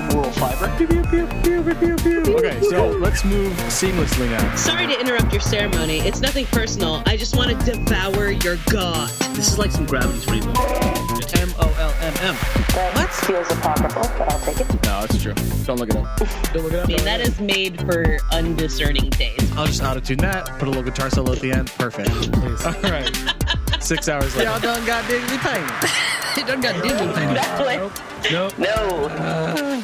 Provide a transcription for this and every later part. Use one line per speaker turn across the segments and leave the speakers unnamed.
Clyburn. Pew, pew, pew, pew, pew, pew, pew. Okay, so let's move seamlessly now.
Sorry to interrupt your ceremony. It's nothing personal. I just want to devour your god.
This is like some gravity's rainbow. M O L M M.
That feels apocryphal, but I'll take it.
No, it's true. Don't look it up. Don't look it up.
I mean, that is made for undiscerning taste.
I'll just auto-tune that, put a little guitar solo at the end. Perfect.
Please.
All right. Six hours later.
Y'all done got diggly paint.
It done got diddly thing.
That's what-
Nope.
No. Uh,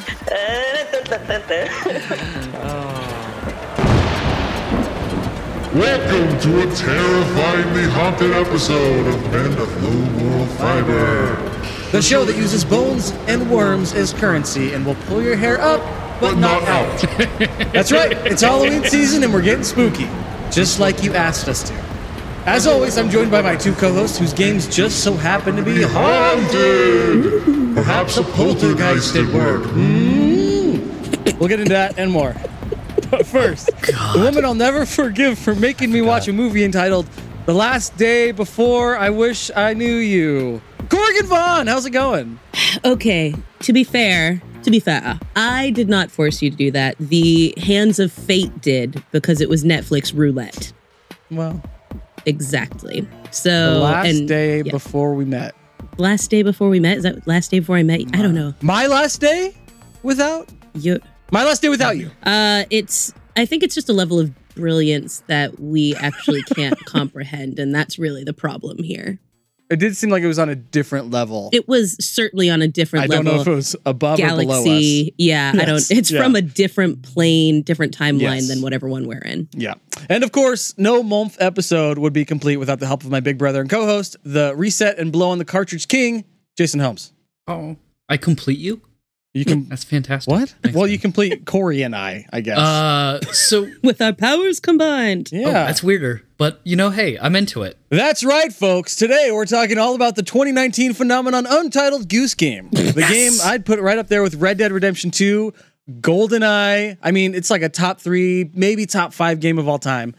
Welcome to a terrifyingly haunted episode of Men of Low Moral Fiber,
The show that uses bones and worms as currency and will pull your hair up, but,
but not out.
That's right. It's Halloween season and we're getting spooky, just like you asked us to. As always, I'm joined by my two co-hosts whose games just so happen to be haunted.
Haunted! Perhaps a poltergeist at work.
We'll get into that and more. But first, the woman I'll never forgive for making me watch a movie entitled "The Last Day Before I Wish I Knew You." Corgan Vaughn, how's it going?
Okay, to be fair, to be fair, I did not force you to do that. The hands of fate did because it was Netflix roulette.
Well,
Exactly. So
the last
Oh, and-
day
yeah.
before we met.
last day before we met. Is that last day before I met? you? I don't know.
My last day without
You.
my last day without you.
Uh, it's. I think it's just a level of brilliance that we actually can't comprehend, and that's really the problem here.
It did seem like it was on a different level.
It was certainly on a different
I don't
level.
know if it was above or below us.
galaxy. Yeah, I
Yes,
don't. It's
yeah.
from a different plane, different timeline
Yes.
than whatever one we're in.
Yeah. And of course, no month episode would be complete without the help of my big brother and co host, the reset and blow on the cartridge king, Jason Helms.
Oh, I complete you.
You can.
That's fantastic.
what?
Thanks,
well,
man.
you complete Corey and I, I guess.
Uh, so oh,
With our powers combined,
yeah.
that's
that's-,
weirder, but you know, hey, I'm into it.
right, folks. Today we're talking all about the 2019 phenomenon Untitled Goose Game. The game I'd put right up there with Red Dead Redemption 2, GoldenEye. I mean, it's like a top three, maybe top five game of all time.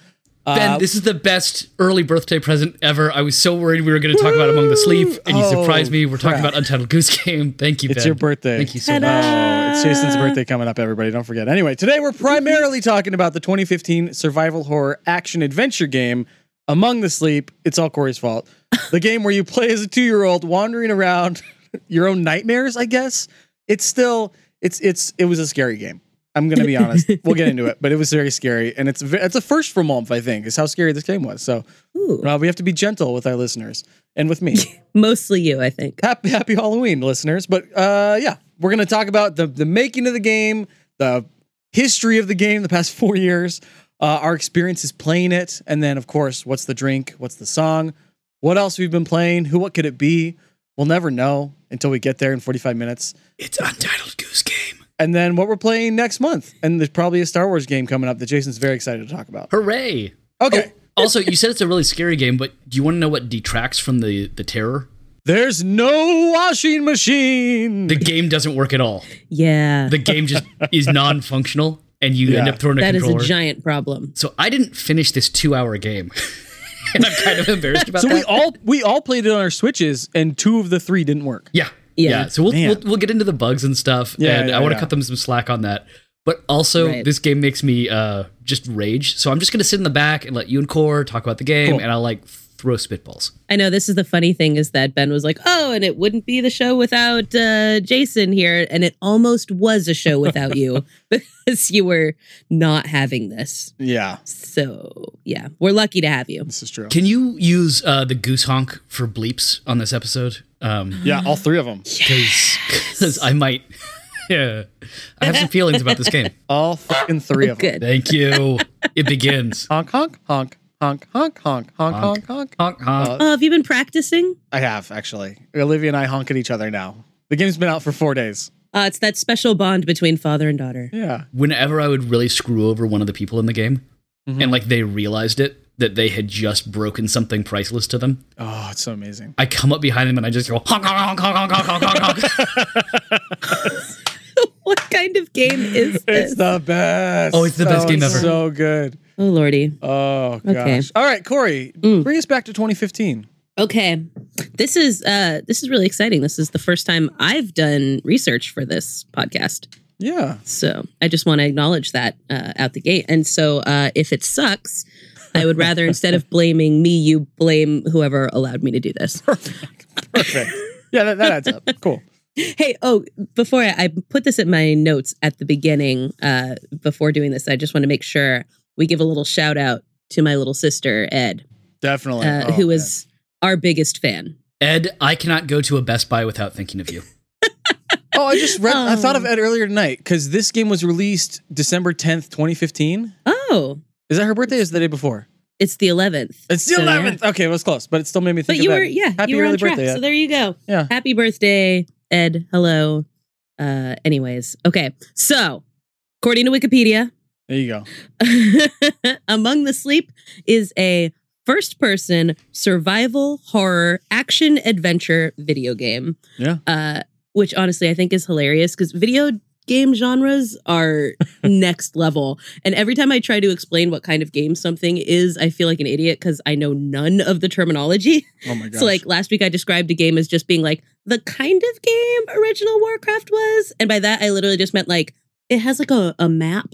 Uh,
Ben, this is the best early birthday present ever. I was so worried we were going to talk about Among the Sleep, and you
Oh,
surprised me. We're talking
crap.
about Untitled Goose Game. Thank you, Ben.
It's your birthday.
Thank you so much.
Oh, it's Jason's birthday coming up, everybody. Don't forget. Anyway, today we're primarily talking about the 2015 survival horror action adventure game, Among the Sleep. It's all Corey's fault. The game where you play as a two year old wandering around your own nightmares, I guess. It's still, it's, it's, it was a scary game. I'm going to be honest. we'll get into it, but it was very scary. And it's, ve- it's a first for Mumph, I think, is how scary this game was. So
Ooh.
uh, we have to be gentle with our listeners and with me
mostly you, I think.
happy happy Halloween, listeners. But uh, yeah, we're gonna talk about the the making of the game, the history of the game, the past four years, uh, our experiences playing it, and then of course, what's the drink, what's the song, what else we've been playing, who, what could it be? We'll never know until we get there in 45 minutes.
It's Untitled Goose Game.
And then what we're playing next month. And there's probably a Star Wars game coming up that Jason's very excited to talk about.
Hooray!
Okay.
Also, you said it's a really scary game, but do you want to know what detracts from the the terror?
There's no washing machine.
The game doesn't work at all.
Yeah,
The game just is non-functional, and you end
Yeah.
up throwing a
that is a
controller.
giant problem.
so I didn't finish this two-hour game, and I'm kind of embarrassed about
so
that.
we all we all played it on our switches and two of the three didn't work.
Yeah.
Yeah.
So we'll,
Man.
we'll we'll get into the bugs and stuff.
Yeah,
and
yeah,
I want to
yeah.
cut them some slack on that. But also
Right.
this game makes me uh just rage. So I'm just gonna sit in the back and let you and Core talk about the game
Cool.
and I'll like throw spitballs.
I know this is the funny thing is that Ben was like, "Oh, and it wouldn't be the show without uh, Jason here," and it almost was a show without you because you were not having this.
Yeah.
So yeah, we're lucky to have you.
This is true.
Can you use uh the goose honk for bleeps on this episode? Um
Yeah, all three of them.
because I might Yeah. I have some feelings about this game.
All fucking three of them.
Good.
Thank you. It begins.
Honk, honk, honk, honk, honk, honk, honk, honk, honk.
Honk honk.
Oh, have you been practicing?
I have actually. Olivia and I honk at each other now. The game's been out for four days.
Uh, it's that special bond between father and daughter.
Yeah.
whenever I would really screw over one of the people in the game and like they realized it that they had just broken something priceless to them,
Oh, it's so amazing.
I come up behind them and I just go honk honk honk honk honk honk honk honk.
what kind of game is
It's
this?
the best.
Oh, it's the best game
it's
ever.
So good.
oh lordy.
Oh gosh.
Okay.
All right, Corey,
Mm.
bring us back to 2015.
Okay. This is uh this is really exciting. This is the first time I've done research for this podcast.
Yeah.
So I just want to acknowledge that uh, out the gate. And so uh, if it sucks, I would rather instead of blaming me, you blame whoever allowed me to do this.
Perfect. Yeah, that, that adds up. Cool.
hey, oh, before I, I put this in my notes at the beginning, uh, before doing this, I just want to make sure we give a little shout out to my little sister, Ed,
Definitely.
uh,
Oh,
who
man.
is our biggest fan.
Ed, I cannot go to a Best Buy without thinking of you.
Oh, I just read. I thought of
Um,
Oh.
Ed earlier tonight because this game was released December tenth, twenty fifteen.
Oh,
Is that her birthday? Or is it the day before?
it's the 11th.
It's the
So, yeah.
eleventh. Okay, it was close, but it still made me
But
think.
you
of
were,
Ed.
yeah,
Happy
you were
early
on track.
birthday, Ed.
So there you go.
Yeah.
Happy birthday, Ed. Hello. Uh, anyways, okay. So, according to Wikipedia,
There you go.
Among the Sleep is a first person survival horror action adventure video game.
Yeah.
Uh, which honestly I think is hilarious because video game genres are next level. And every time I try to explain what kind of game something is, I feel like an idiot because I know none of the terminology.
Oh my gosh.
So like last week I described a game as just being like the kind of game original Warcraft was. And by that I literally just meant like it has like a, a map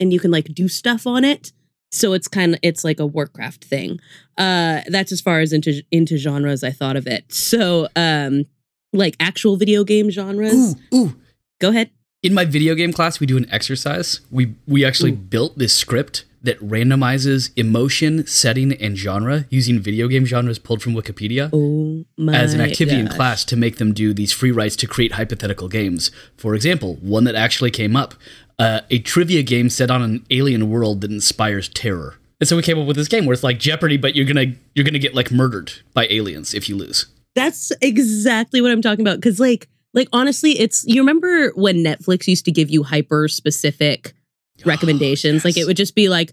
and you can like do stuff on it. So it's kind of it's like a Warcraft thing. Uh that's as far as into into genres I thought of it. So um like actual video game genres.
Ooh, ooh.
Go ahead.
In my video game class, we do an exercise. We we actually built this script that randomizes emotion, setting, and genre using video game genres pulled from Wikipedia
Oh my
as an activity in
gosh.
class to make them do these free writes to create hypothetical games. For example, one that actually came up, uh, a trivia game set on an alien world that inspires terror. And so we came up with this game where it's like Jeopardy, but you're gonna you're gonna get like murdered by aliens if you lose.
That's exactly what I'm talking about. Cause like, like honestly, it's you remember when Netflix used to give you hyper specific
Oh,
recommendations? Like
yes.
it would just be like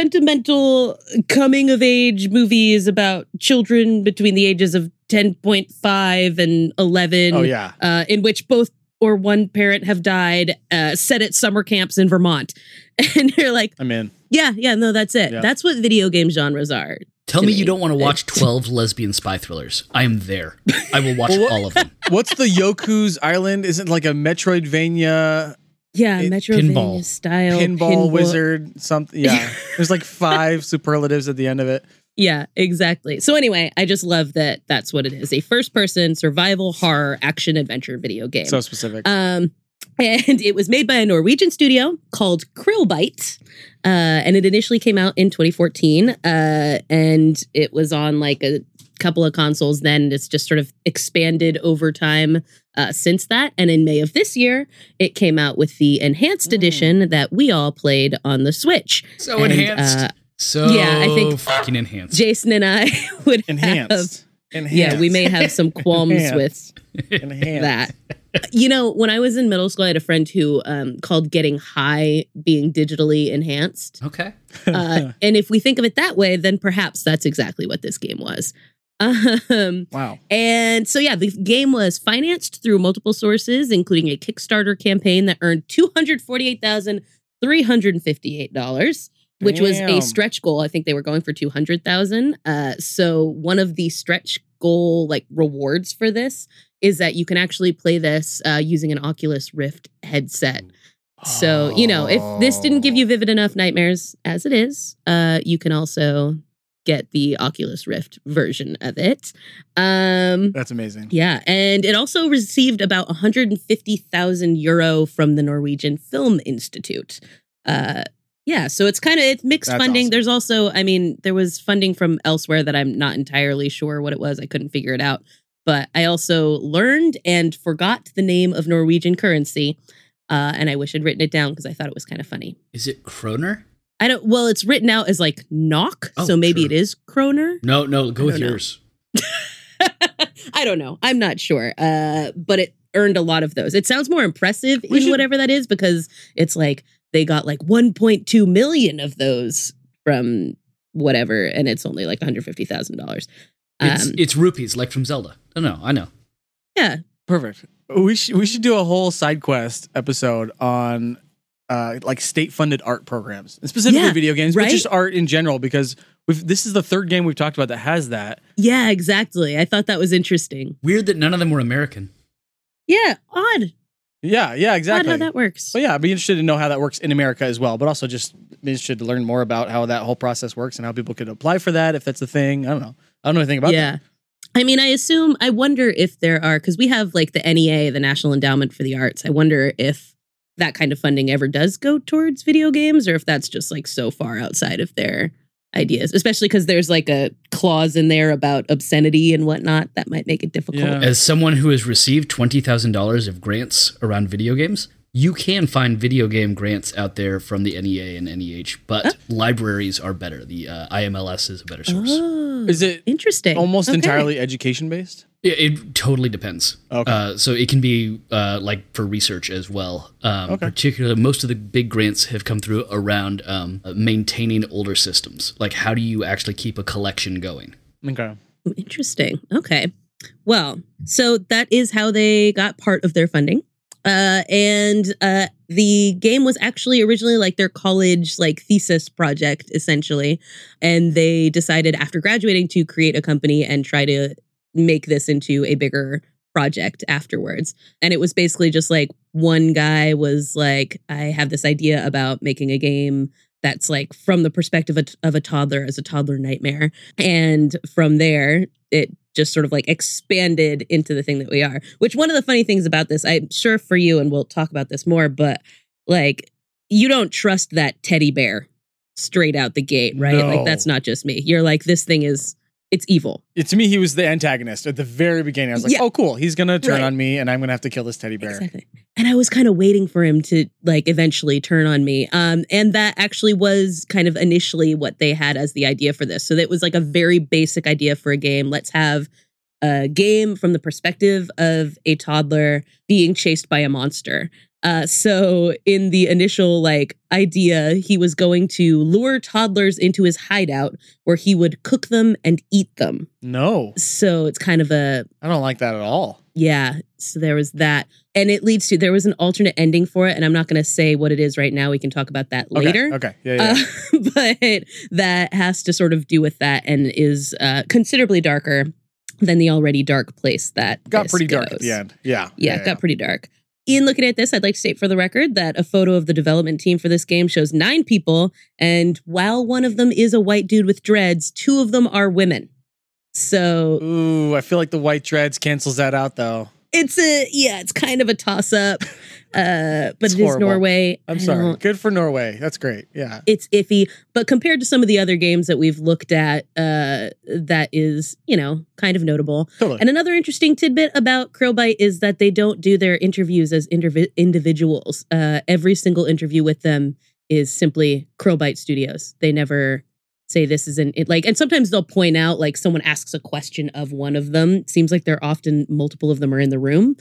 sentimental coming of age movies about children between the ages of 10.5 and 11
oh yeah.
uh, in which both or one parent have died uh, set at summer camps in vermont and you're like
I'm in.
yeah yeah no that's it
Yeah.
that's what video game genres are
Tell
to
me
me.
you don't want to watch 12 lesbian spy thrillers. I am there. I will watch
Well, what-
all of them.
What's the Yoku's Island? Isn't like a Metroidvania
yeah
It-
metroidvania
pinball.
style
pinball wizard something? Yeah. There's like five superlatives at the end of it.
Yeah, exactly. So anyway, I just love that that's what it is. A first-person survival horror action adventure video game.
So specific.
um and it was made by a Norwegian studio called Krillbite. Uh, and it initially came out in 2014. Uh, and it was on like a couple of consoles then. It's just sort of expanded over time uh, since that. And in May of this year, it came out with the enhanced edition that we all played on the Switch.
So
And,
enhanced.
uh,
so
yeah, I think-
fucking enhanced.
Jason and I would have
Enhanced. Enhanced.
Yeah, we may have some qualms with
Enhanced.
that. You know, when I was in middle school, I had a friend who um, called getting high being digitally enhanced.
okay.
Uh, and if we think of it that way, then perhaps that's exactly what this game was. Um,
Wow.
and so, yeah, the game was financed through multiple sources, including a Kickstarter campaign that earned $248,358, which was
Damn.
a stretch goal. I think they were going for 200,000. Uh, so, one of the stretch goal like rewards for this is that you can actually play this uh, using an Oculus Rift headset. So, you know, if this didn't give you vivid enough nightmares as it is, uh, you can also get the Oculus Rift version of it. Um,
That's amazing.
yeah, and it also received about 150,000 euro from the Norwegian Film Institute. Uh, yeah, so it's kind of it's mixed
That's
funding.
awesome.
There's also, I mean, there was funding from elsewhere that I'm not entirely sure what it was. I couldn't figure it out, but I also learned and forgot the name of Norwegian currency, uh, and I wish I'd written it down because I thought it was kind of funny.
Is it Kroner?
I don't. Well, it's written out as like knock,
Oh,
so maybe
sure.
it is kroner.
No, no, go
I
with
don't know.
yours.
I don't know. I'm not sure. Uh, but it earned a lot of those. It sounds more impressive
We
in
should-
whatever that is because it's like they got like 1.2 million of those from whatever, and it's only like 150 thousand dollars. Um,
It's, it's rupees, like from Zelda. No, no, I know.
Perfect. We should we should do a whole side quest episode on uh, like state funded art programs, and specifically
Yeah,
video games,
right?
but just art in general. Because we've, this is the third game we've talked about that has that.
yeah, exactly. I thought that was interesting.
Weird that none of them were American.
Yeah, odd.
Yeah, yeah,
Not
exactly.
how that works.
So yeah, I'd be interested to know how that works in America as well, but also just be interested to learn more about how that whole process works and how people could apply for that if that's a thing. I don't know. I don't know anything about
yeah. I mean, I assume, I wonder if there are, because we have like the NEA, the National Endowment for the Arts. I wonder if that kind of funding ever does go towards video games or if that's just like so far outside of their ideas, especially because there's like a clause in there about obscenity and whatnot that might make it difficult.
Yeah.
As someone who has received $20,000 of grants around video games, you can find video game grants out there from the NEA and NEH, but libraries are better. The uh, IMLS is a better source.
Oh,
that. Is it
interesting.
almost
Okay.
entirely education based?
It, it totally depends.
Okay.
Uh, so it can be uh, like for research as well. Um,
Okay.
Particularly, most of the big grants have come through around um, uh, maintaining older systems. Like, how do you actually keep a collection going?
Okay.
Oh, Interesting. Okay. Well, so that is how they got part of their funding. Uh, and uh, the game was actually originally like their college like thesis project essentially, and they decided after graduating to create a company and try to make this into a bigger project afterwards. And it was basically just like one guy was like, I have this idea about making a game that's like from the perspective of, of a toddler as a toddler nightmare and from there it just sort of like expanded into the thing that we are which one of the funny things about this i'm sure for you and we'll talk about this more but like you don't trust that teddy bear straight out the gate right
No.
like that's not just me you're like this thing is it's evil
It, to me, he was the antagonist at the very beginning. I was like,
Yeah.
"Oh, cool! He's gonna turn
Right.
on me, and I'm gonna have to kill this teddy bear."
Exactly. And I was kind of waiting for him to like eventually turn on me. Um, and that actually was kind of initially what they had as the idea for this. So that was like a very basic idea for a game. Let's have a game from the perspective of a toddler being chased by a monster. Uh, so in the initial like idea, he was going to lure toddlers into his hideout where he would cook them and eat them.
No,
So it's kind of a
I don't like that at all.
yeah. So there was that. And it leads to there was an alternate ending for it. And I'm not going to say what it is right now. We can talk about that
Okay,
later.
Okay. Yeah. Yeah.
Uh, but that has to sort of do with that and is uh, considerably darker than the already dark place that
got
this
pretty dark at
goes.
the end. Yeah.
Yeah, it got pretty dark. In looking at this, I'd like to state for the record that a photo of the development team for this game shows nine people, and while one of them is a white dude with dreads, two of them are women. So
Ooh, I feel like the white dreads cancels that out though.
it's a yeah, it's kind of a toss up. Uh, but
It's
it's
horrible.
Norway. I
I'm sorry.
don't-
Good for Norway. That's great. Yeah.
It's iffy, but compared to some of the other games that we've looked at, uh, that is you know kind of notable.
Totally.
And another interesting tidbit about Krillbite is that they don't do their interviews as intervi- individuals. Uh, every single interview with them is simply Krillbite Studios. They never say this isn't it like and sometimes they'll point out like someone asks a question of one of them seems like they're often multiple of them are in the room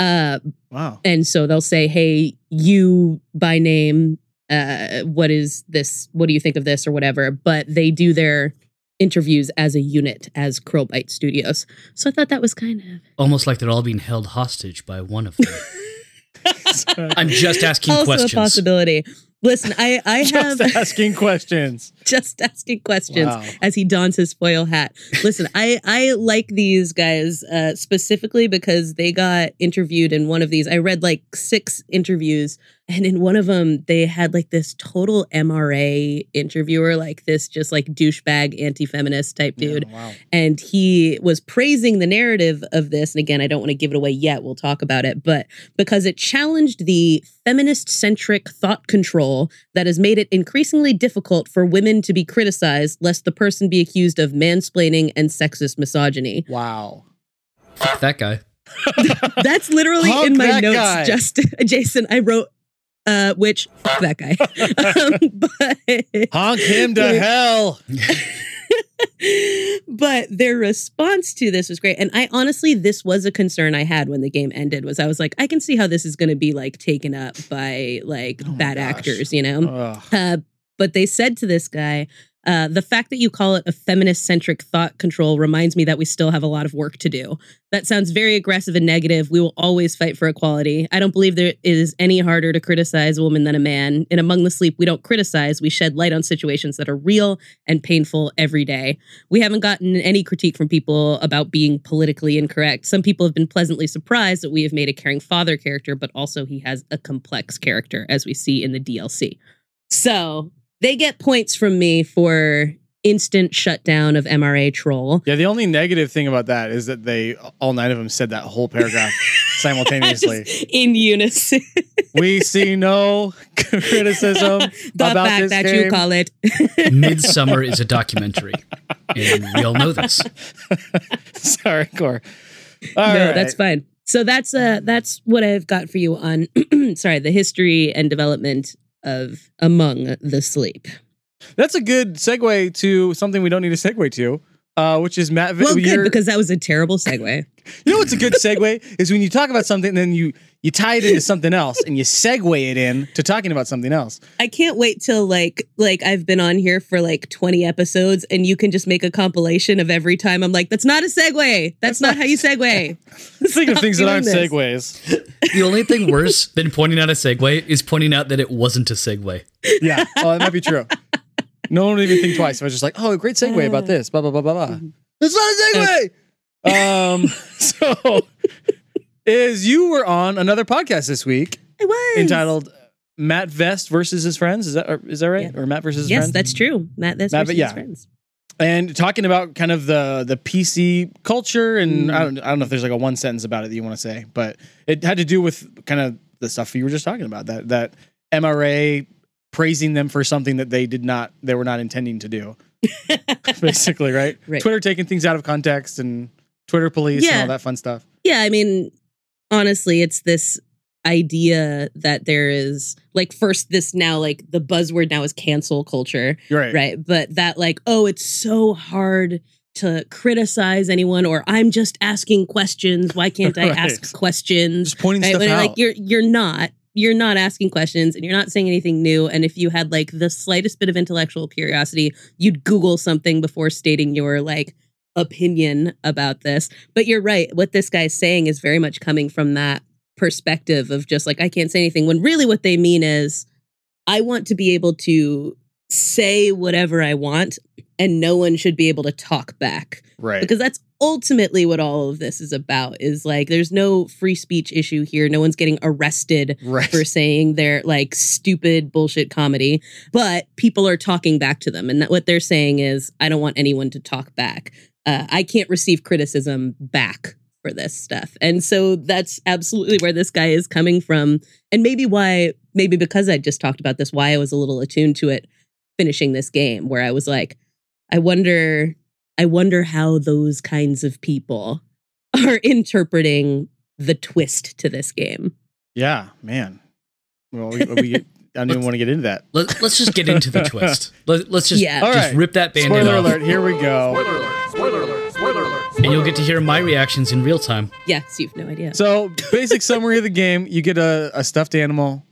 uh
wow.
and so they'll say, "Hey, you by name, uh, what is this? What do you think of this, or whatever?" But they do their interviews as a unit, as Krillbite Studios. So I thought that was kind of
Almost like they're all being held hostage by one of them. I'm just asking
also
questions.
a possibility. Listen, I I have
Just asking questions.
just asking questions
Wow.
as he dons his foil hat. Listen, I I like these guys uh, specifically because they got interviewed in one of these. I read like six interviews, and in one of them they had like this total MRA interviewer, like this just like douchebag anti-feminist type
Yeah,
dude,
wow.
and he was praising the narrative of this. And again, I don't want to give it away yet. We'll talk about it, but because it challenged the feminist centric thought control that has made it increasingly difficult for women to be criticized, lest the person be accused of mansplaining and sexist misogyny.
Wow.
Fuck that guy.
That's literally
Hug
in my
that
notes,
guy.
just Jason. I wrote, uh, which fuck that guy, um, but
Honk him to
Like-
hell.
but their response to this was great and i honestly this was a concern i had when the game ended was i was like i can see how this is going to be like taken up by like
Oh my
bad
gosh.
actors you know
Ugh.
uh, but they said to this guy Uh, the fact that you call it a feminist centric thought control reminds me that we still have a lot of work to do. That sounds very aggressive and negative. We will always fight for equality. I don't believe there is any harder to criticize a woman than a man. And among the sleep, we don't criticize, we shed light on situations that are real and painful every day. We haven't gotten any critique from people about being politically incorrect. Some people have been pleasantly surprised that we have made a caring father character, but also he has a complex character, as we see in the DLC. So they get points from me for instant shutdown of MRA troll.
Yeah, the only negative thing about that is that they all nine of them said that whole paragraph simultaneously.
Just in unison.
we see no criticism
The
about
fact
this
that
game.
you call it.
Midsummer is a documentary, and we all know this.
Sorry, Core. All
no,
right.
that's fine. So that's uh that's what I've got for you on sorry, the history and development of Among the Sleep.
That's a good segue to something we don't need a segue to, uh, which is Matt. Vi-
Well, good
your-
because that was a terrible segue.
you know what's a good segue is when you talk about something, and then you you tie it into something else, and you segue it in to talking about something else.
I can't wait till like like I've been on here for like 20 episodes and you can just make a compilation of every time I'm like that's not a segue. That's not how you segue.
Think of
Stop
things that
doing
aren't
this.
segues.
The only thing worse than pointing out a segue is pointing out that it wasn't a segue.
Yeah, oh, that might be true. No one would even think twice. I was just like, oh, a great segue about this. Blah blah blah blah
Mm-hmm.
blah. It's not a segue. um, so is you were on another podcast this week
I was
entitled uh, Matt Vest versus his friends. Is that or- is that right? Or Matt versus his
Yes,
friends?
that's true. Matt that's
Matt,
Matt,
but yeah.
friends.
and talking about kind of the the PC culture and
Mm.
I don't I don't know if there's like a one sentence about it that you want to say, but it had to do with kind of the stuff you were just talking about that that MRA praising them for something that they did not they were not intending to do. Basically, right?
Right.
Twitter taking things out of context and Twitter police and
Yeah.
all that fun stuff.
Yeah, I mean, honestly, it's this idea that there is like first this now like the buzzword now is cancel culture,
You're
right? But that like oh, it's so hard to criticize anyone or I'm just asking questions. Why can't I
Right.
ask questions?
Just pointing
right?
stuff
But,
out.
Like you're you're not you're not asking questions and you're not saying anything new. And if you had like the slightest bit of intellectual curiosity, you'd Google something before stating your like opinion about this. But you're right. What this guy's saying is very much coming from that perspective of just like I can't say anything when really what they mean is I want to be able to say whatever I want and no one should be able to talk back
right.
because that's ultimately what all of this is about is like there's no free speech issue here no one's getting arrested
Right.
for saying their like stupid bullshit comedy but people are talking back to them and that what they're saying is i don't want anyone to talk back uh, i can't receive criticism back for this stuff and so that's absolutely where this guy is coming from and maybe why maybe because i just talked about this why i was a little attuned to it finishing this game where i was like i wonder i wonder how those kinds of people are interpreting the twist to this game
Yeah, man. Well, we, we get, I don't even want to get into that.
Let, let's just get into the twist. Let, let's just,
Yeah.
All
just
right.
rip that band-aid
Spoiler
off,
alert, here we go.
and you'll get to hear my reactions in real time.
yes you've no idea
So, basic summary of the game: you get a, a stuffed animal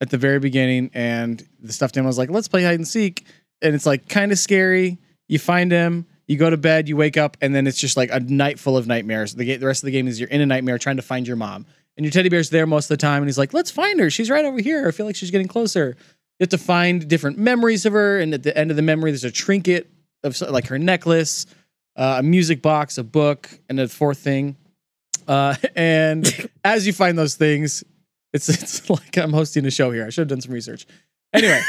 at the very beginning, and the stuffed animal's like, "Let's play hide and seek," and it's like kind of scary. You find him, you go to bed, you wake up, and then it's just like a night full of nightmares. The, ga- the rest of the game is you're in a nightmare trying to find your mom, and your teddy bear's there most of the time, and he's like, "Let's find her. She's right over here. I feel like she's getting closer." You have to find different memories of her, and at the end of the memory, there's a trinket of so- like her necklace, uh, a music box, a book, and a fourth thing. Uh, and as you find those things, it's it's like I'm hosting a show here. I should have done some research. Anyway,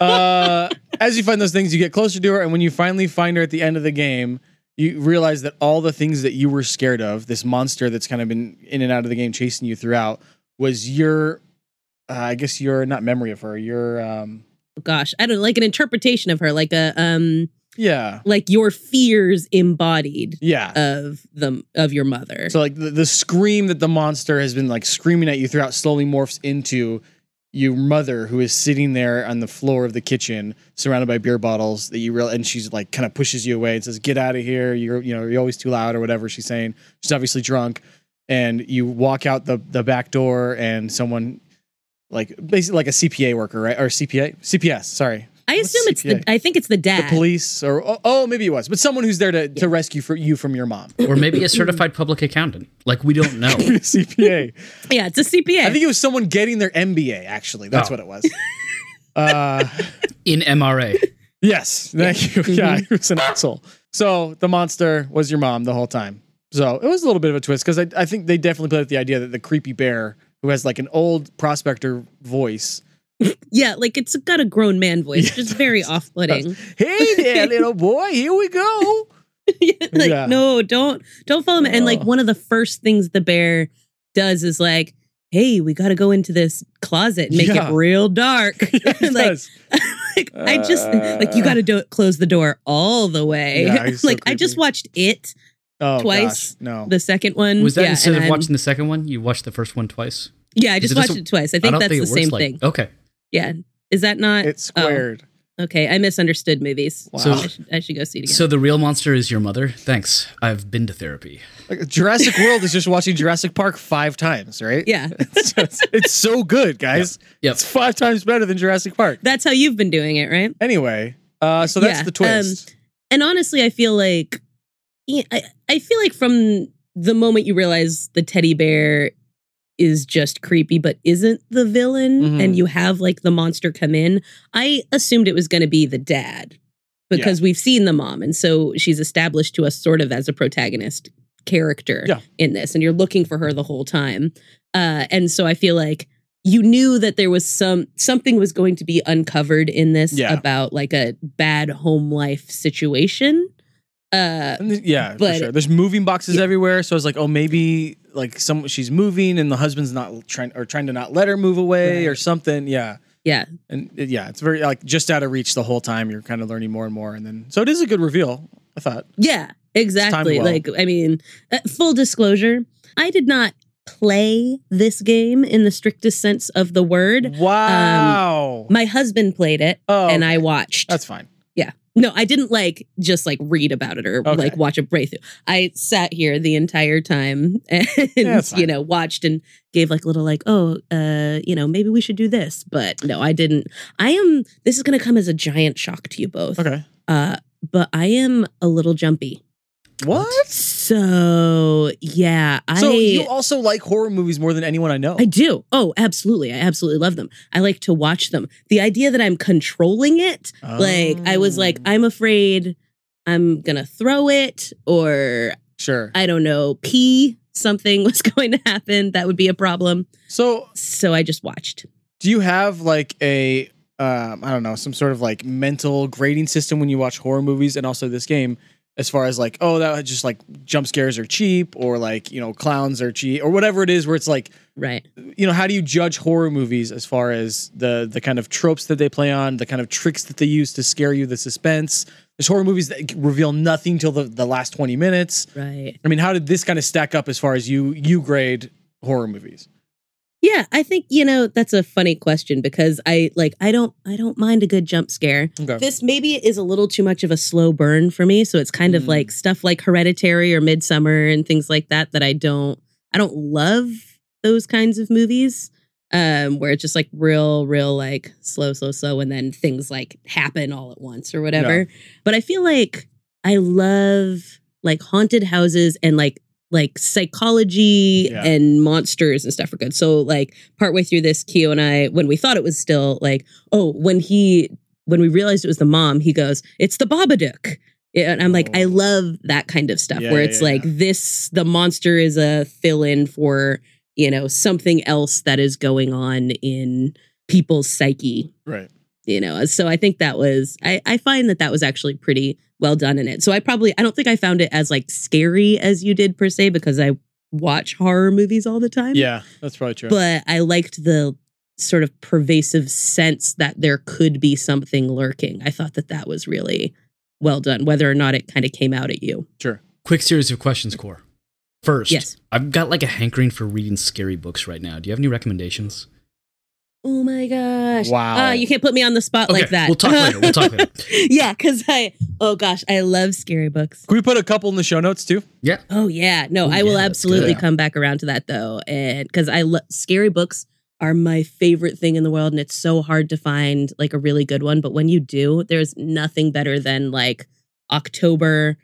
uh, as you find those things, you get closer to her, and when you finally find her at the end of the game, you realize that all the things that you were scared of, this monster that's kind of been in and out of the game chasing you throughout, was your, uh, I guess your not memory of her, your um,
gosh i don't know like an interpretation of her like a um
yeah,
like your fears embodied
yeah.
of the of your mother
So like the, the scream that the monster has been like screaming at you throughout slowly morphs into your mother who is sitting there on the floor of the kitchen surrounded by beer bottles that you real and she's like kind of pushes you away and says get out of here you're you know you're always too loud or whatever she's saying she's obviously drunk and you walk out the the back door and someone like basically like a CPA worker right or CPA CPS sorry
I assume it's the.
CPA?
I think it's the dad.
the police or oh, oh, maybe it was, but someone who's there to, to rescue for you from your mom.
or maybe a certified public accountant. Like we don't know.
CPA.
Yeah, it's a CPA.
I think it was someone getting their MBA. Actually, that's
Oh.
what it was. uh,
In MRA,
yes, thank you. Yeah, he was an asshole. So the monster was your mom the whole time. So it was a little bit of a twist because I, I think they definitely played with the idea that the creepy bear who has like an old prospector voice.
yeah, like it's got a grown man voice, just very off-putting.
Hey there, little boy. Here we go.
like
Yeah.
no don't don't follow me and like
Oh.
one of the first things the bear does is like hey we got to go into this closet and make
Yeah.
it real dark
He
like,
does.
like i just like you
Uh.
got to do- close the door all the way
Yeah, he's so
like i just
creepy.
watched it
Oh,
twice.
gosh, no.
the second one
was that
yeah,
instead
and
of
I'm-
watching the second one, you watched the first one twice?
yeah i
is
just
it just
watched
a-
it twice i
I
think
don't
that's
think
the
it works
same
like
thing
okay.
yeah is that not Oh,
it's squared.
okay i misunderstood movies
Wow.
So-
I, should, I should go see it again
So the real monster is your mother. Thanks. I've been to therapy.
Like, Jurassic World is just watching Jurassic Park five times, right?
yeah
it's, just- it's so good, guys.
Yep.
It's five times better than Jurassic Park.
that's how you've been doing it right
Anyway, uh, so that's
Yeah, um,
the twist.
and honestly, I feel like yeah, I, I feel like from the moment you realize the teddy bear is just creepy but isn't the villain
Mhm.
Mm-hmm.
and you have like the monster come in, I assumed it was going to be the dad because we've seen the mom and so she's established to us sort of as a protagonist character
Yeah.
in this and you're looking for her the whole time. Uh and so I feel like you knew that there was some something was going to be uncovered in this
Yeah.
about like a bad home life situation. Uh
And th- yeah,
But-
for sure. There's moving boxes everywhere, so I was like, oh, maybe like some she's moving and the husband's not trying or trying to not let her move away or something. Yeah,
yeah.
and it- yeah, it's very like just out of reach the whole time. You're kind of learning more and more, and then so it is a good reveal. I thought.
Yeah, exactly.
well.
Like I mean, uh, full disclosure, I did not play this game in the strictest sense of the word.
Wow.
My husband played it
oh,
Um, and I watched.
that's fine.
No, I didn't like just like read about it or
Okay.
like watch a playthrough. I sat here the entire time and
that's
you
fine.
know watched and gave like little like oh uh you know maybe we should do this, but no, I didn't. I am. This is going to come as a giant shock to you both.
Okay.
Uh, but I am a little jumpy.
What?
So yeah, I
So you also like horror movies more than anyone I know.
I do. Oh, absolutely. I absolutely love them. I like to watch them. The idea that I'm controlling it
Oh.
like I was like, I'm afraid I'm gonna throw it, or
sure.
I don't know, pee. Something was going to happen that would be a problem.
So
So I just watched.
do you have like a um, I don't know some sort of like mental grading system when you watch horror movies and also this game as far as like oh that was just like jump scares are cheap or like you know clowns are cheap or whatever it is where it's like
Right.
you know how do you judge horror movies as far as the the kind of tropes that they play on the kind of tricks that they use to scare you the suspense there's horror movies that reveal nothing till the, the last 20 minutes
Right.
I mean how did this kind of stack up as far as you you grade horror movies
Yeah, I think you know that's a funny question because I like I don't I don't mind a good jump scare.
okay
This maybe is a little too much of a slow burn for me, so it's kind of
Mm.
like stuff like Hereditary or Midsummer and things like that that I don't I don't love those kinds of movies. Um, where it's just like real, real like slow, slow, slow, and then things like happen all at once or whatever. But I feel like I love like haunted houses and like like psychology
Yeah.
and monsters and stuff are good. So like partway through this, Keo and I, when we thought it was still like, oh, when he when we realized it was the mom, he goes, "It's the Babadook," and I'm like,
Oh.
I love that kind of stuff
Yeah,
where
yeah,
it's
yeah,
like this: the monster is a fill-in for you know something else that is going on in people's psyche
right
you know Uh, so i think that was I, I find that that was actually pretty well done in it so i probably i don't think i found it as like scary as you did per se because i watch horror movies all the time
yeah that's probably true
but i liked the sort of pervasive sense that there could be something lurking i thought that that was really well done whether or not it kind of came out at you
Quick series of questions, Core. First,
Yes.
I've got like a hankering for reading scary books right now. Do you have any recommendations?
oh my gosh
Wow.
Ah, you can't put me on the spot like that
We'll talk later. We'll talk later.
yeah because i oh gosh i love scary books
Can we put a couple in the show notes too?
Yeah.
Oh yeah, no,
Oh,
I will
yeah, that's good.
absolutely
Yeah.
come back around to that though, and because I love scary books are my favorite thing in the world and it's so hard to find like a really good one but when you do there's nothing better than like october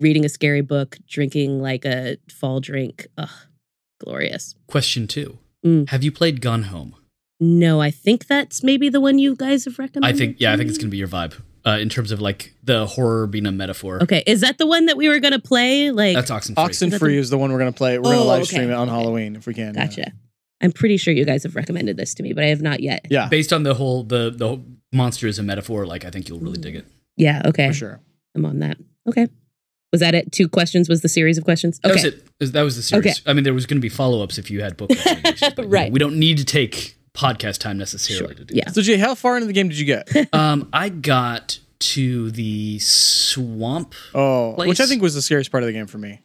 reading a scary book drinking like a fall drink ugh glorious
Question two
Mm.
Have you played Gone Home?
no i think that's maybe the one you guys have
I
recommended
think, yeah, I think
to me.
it's going to be your vibe uh, in terms of like the horror being a metaphor.
okay is that the one that we were gonna play like
That's Oxen Free.
Oxen Free is the one we're gonna play. We're
Oh,
gonna live
okay.
stream it on
Okay.
Halloween if we can. yeah.
gotcha i'm pretty sure you guys have recommended this to me but i have not yet
Yeah,
Based on the whole, the, the whole monster is a metaphor, like, I think you'll really dig it.
yeah okay
for sure.
i'm on that okay was that it two questions was the series of questions
That
okay
was it. That was the series.
Okay.
I mean, there was going to be follow ups if you had book recommendations. but, you know,
Right.
We don't need to take podcast time necessarily to do
yeah
So Jay, how far into the game did you get?
that. Um, I got to the swamp.
Oh, which I
Place.
think was the scariest part of the game for me.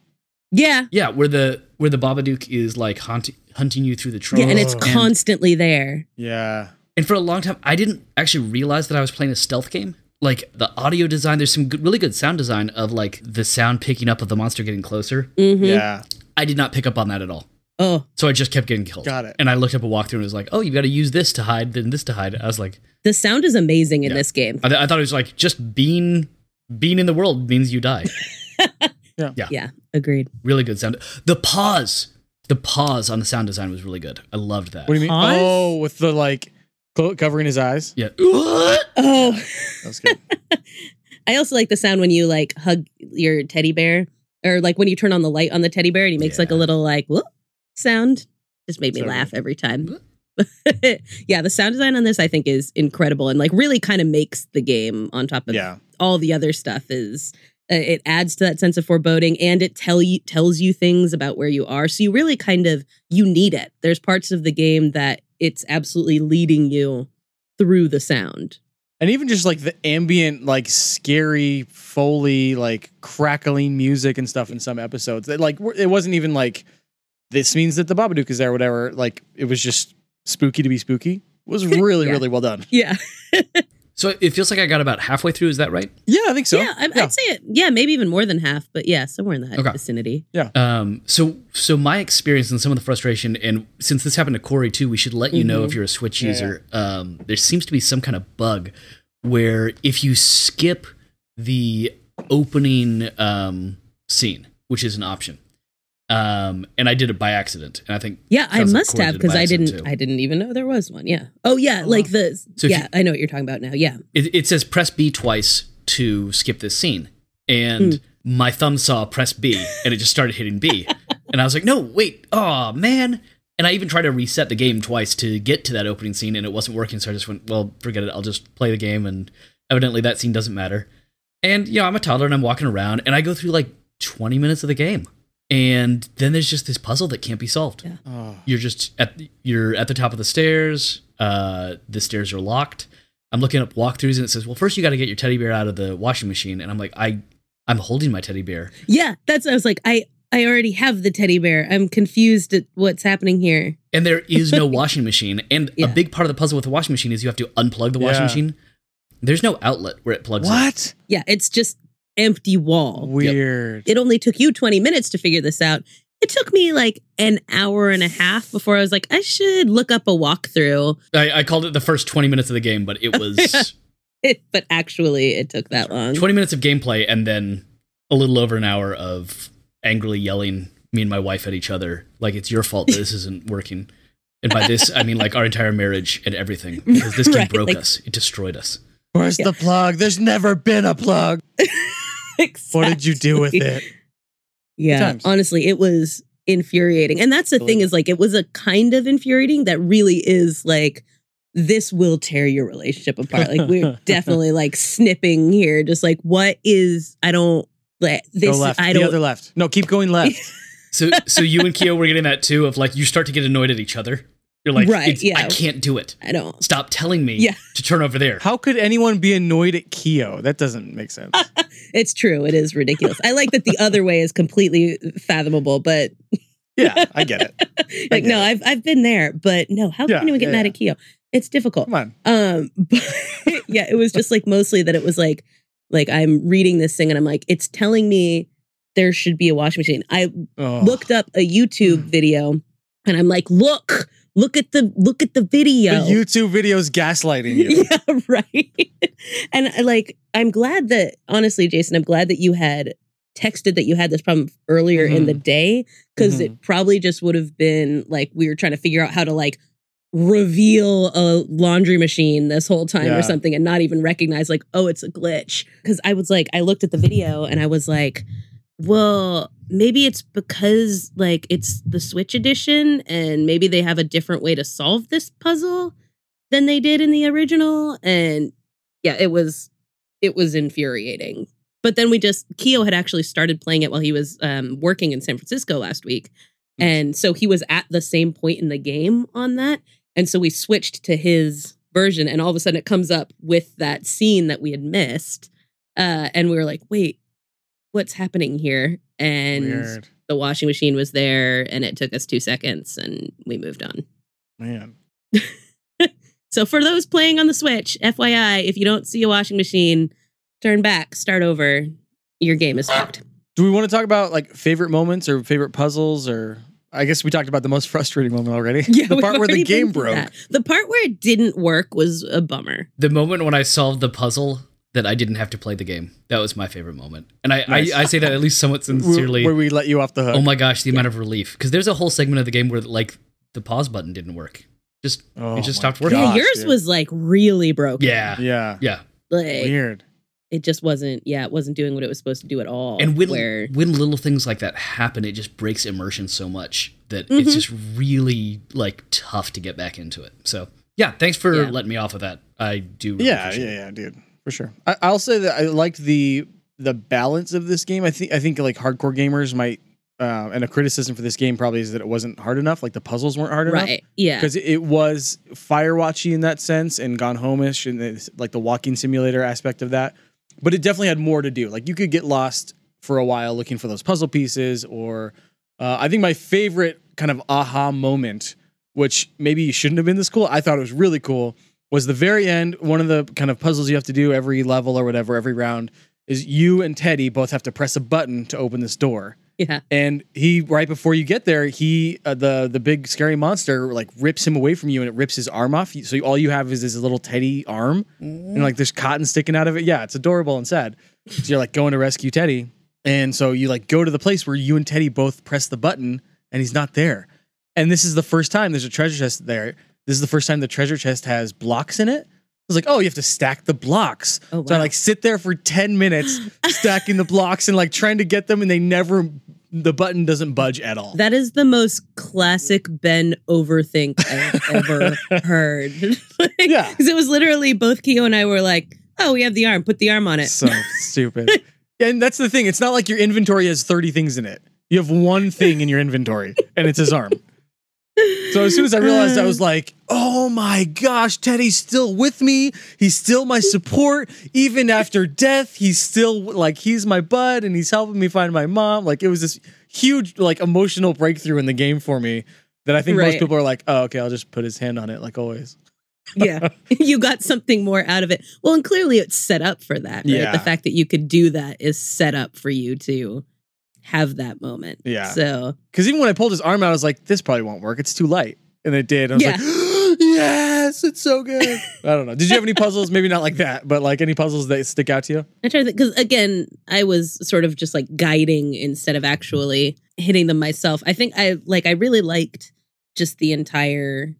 yeah
Yeah, where the where the Babadook is like hunting hunting you through the trees.
Yeah, and it's constantly there.
Yeah,
And for a long time, I didn't actually realize that I was playing a stealth game. Like the audio design, there's some good, really good sound design of like the sound picking up of the monster getting closer.
Mhm.
yeah.
I did not pick up on that at all.
Oh,
So I just kept getting killed.
Got it.
And I looked up a walkthrough and it was like, oh, you got to use this to hide, then this to hide. I was like,
the sound is amazing in
Yeah.
this game.
I, th- I thought it was like just being being in the world means you die.
Yeah, agreed.
really good sound. The pause, the pause on the sound design was really good. I loved that.
What do you mean?
Pause?
Oh, with the like clo- covering his eyes.
yeah. What?
Oh,
That was good.
I also like the sound when you like hug your teddy bear, or like when you turn on the light on the teddy bear and he makes like a
Yeah.
little like whoop sound. Just made me
Sorry.
laugh every time. yeah, the sound design on this I think is incredible and like really kind of makes the game on top of
yeah,
all the other stuff is uh, it adds to that sense of foreboding and it tell you tells you things about where you are so you really kind of you need it there's parts of the game that it's absolutely leading you through the sound
and even just like the ambient, like scary foley, like crackling music and stuff in some episodes. That like were- it wasn't even like this means that the Babadook is there, or whatever. Like it was just spooky to be spooky. It was really,
Yeah.
really well done.
yeah
So it feels like I got about halfway through. Is that right?
Yeah, I think so.
yeah, I, i'd say it yeah maybe even more than half but yeah somewhere in that
Okay.
vicinity
Um, so so my experience and some of the frustration, and since this happened to Corey too, we should let you know
Mm-hmm.
if you're a Switch user. Um, there seems to be some kind of bug where if you skip the opening um, scene, which is an option, um, and I did it by accident, and I think
yeah i
Sounds like
must
Corey
have
did it by
because i
accident,
didn't
too.
i didn't even know there was one yeah oh yeah like the
So if
yeah
you-
i know what you're talking about now yeah
it, it says press B twice to skip this scene. And my thumb saw press B and it just started hitting B. and I was like, no, wait, oh man. And I even tried to reset the game twice to get to that opening scene and it wasn't working. So I just went, well, forget it. I'll just play the game. And evidently that scene doesn't matter. And, you know, I'm a toddler and I'm walking around and I go through like 20 minutes of the game. And then there's just this puzzle that can't be solved
Oh.
you're just at the- you're at the top of the stairs. Uh, the stairs are locked. I'm looking up walkthroughs and it says, "Well, first you got to get your teddy bear out of the washing machine." And I'm like, "I, I'm holding my teddy bear."
yeah that's i was like i i already have the teddy bear i'm confused at what's happening here
And there is no washing machine. And
Yeah.
a big part of the puzzle with the washing machine is you have to unplug the washing
Yeah.
machine. There's no outlet where it plugs. in.
What?
Yeah, it's just empty wall.
Weird.
It only took you 20 minutes to figure this out. It took me like an hour and a half before I was like, I should look up a walkthrough.
I, I called it the first 20 minutes of the game, but it was
but actually, it took that long.
20 minutes of gameplay and then a little over an hour of angrily yelling me and my wife at each other like it's your fault that this isn't working and by this i mean like our entire marriage and everything because this game
Right,
broke
like-
us it destroyed us
Where's
Yeah.
the plug? There's never been a plug. What did you do with
Exactly.
it?
Yeah.
times.
Honestly, it was infuriating. And that's the
Believe
thing
it.
is like it was a kind of infuriating that really is like this will tear your relationship apart. Like we're definitely like snipping here just like what is I don't like
Go
this
left.
I
the
don't
other left. No, keep going left.
so so you and keo were getting that too of like you start to get annoyed at each other you're like
Right,
"It's- i
yeah.
can't do it
I don't
stop telling me
Yeah.
to turn over there
How could anyone be annoyed at Keo? That doesn't make sense.
It's true. It is ridiculous. I like that the other way is completely fathomable, but
yeah, I get it.
like,
get
no,
it.
I've I've been there, but no, how
Yeah,
can anyone get
yeah,
mad at Keo? It's difficult.
Come on.
Um, but yeah, it was just like mostly that it was like, like I'm reading this thing and I'm like, it's telling me there should be a washing machine. I
Oh.
looked up a YouTube video and I'm like, look, look at the look at the video.
The YouTube videos gaslighting you.
yeah, right. and I, like, I'm glad that honestly, Jason, I'm glad that you had texted that you had this problem earlier in the day because it probably just would have been like we were trying to figure out how to like reveal a laundry machine this whole time
Yeah.
or something and not even recognize like oh it's a glitch because i was like i looked at the video and i was like well maybe it's because like it's the switch edition and maybe they have a different way to solve this puzzle than they did in the original and yeah it was it was infuriating but then we just Keo had actually started playing it while he was um, working in San Francisco last week, and so he was at the same point in the game on that, and so we switched to his version, and all of a sudden it comes up with that scene that we had missed, uh, and we were like, "Wait, what's happening here?" And
Weird.
the washing machine was there, and it took us two seconds, and we moved on.
Man.
So for those playing on the Switch, FYI, if you don't see a washing machine, turn back, start over. Your game is fucked.
Do we want to talk about like favorite moments or favorite puzzles or I guess we talked about the most frustrating moment already. the
we've
part where the
already
game
been through
broke.
that. The part where it didn't work was a bummer.
The moment when I solved the puzzle that I didn't have to play the game. That was my favorite moment. And I,
Nice.
I, I say that at least somewhat
Where,
sincerely.
where we let you off the hook.
oh my gosh, the amount of relief. Because there's a whole segment of the game where like the pause button didn't work. Just
Oh
it just
my
stopped working.
gosh,
yeah, yours
dude.
was like really broken.
Yeah. Yeah.
Yeah.
like
Weird.
it just wasn't. Yeah, it wasn't doing what it was supposed to do at all.
And when
where
when little things like that happen, it just breaks immersion so much that
Mhm.
it's just really like tough to get back into it. So yeah, thanks for
Yeah.
letting me off of that. I do. Really
Yeah,
appreciate
yeah,
it.
yeah, dude. For sure. I, I'll say that I liked the the balance of this game. I think I think like hardcore gamers might uh, and a criticism for this game probably is that it wasn't hard enough, like the puzzles weren't hard enough.
right? Yeah,
because it was firewatchy in that sense and gone homeish and it's like the walking simulator aspect of that but it definitely had more to do like you could get lost for a while looking for those puzzle pieces or uh, i think my favorite kind of aha moment which maybe shouldn't have been this cool i thought it was really cool was the very end one of the kind of puzzles you have to do every level or whatever every round is you and teddy both have to press a button to open this door
yeah.
and he right before you get there he uh, the the big scary monster like rips him away from you and it rips his arm off so all you have is this little teddy arm and like there's cotton sticking out of it yeah it's adorable and sad so you're like going to rescue teddy and so you like go to the place where you and teddy both press the button and he's not there and this is the first time there's a treasure chest there this is the first time the treasure chest has blocks in it I was like, oh, you have to stack the blocks.
Oh,
So I
wow.
like sit there for 10 minutes stacking the blocks and like trying to get them, and they never, the button doesn't budge at all.
That is the most classic Ben overthink I've ever heard.
Yeah.
because it was literally both Keo and I were like, "Oh, we have the arm. Put the arm on it."
so stupid. And that's the thing. It's not like your inventory has 30 things in it. You have one thing in your inventory, and it's his arm. So as soon as I realized, I was like, "Oh my gosh, Teddy's still with me. He's still my support, even after death. He's still like he's my bud, and he's helping me find my mom." Like it was this huge, like emotional breakthrough in the game for me that I think most
Right.
people are like, "Oh, okay, I'll just put his hand on it, like always."
yeah you got something more out of it well and clearly it's set up for that right?
Yeah.
the fact that you could do that is set up for you to have that moment
Yeah.
so
Because even when I pulled his arm out, I was like, "This probably won't work. It's too light," and it did. I was
Yeah.
like, "Yes, it's so good." I don't know. Did you have any puzzles? Maybe not like that, but like any puzzles that stick out to you?
i try to think because again i was sort of just like guiding instead of actually hitting them myself i think i like i really liked just the entire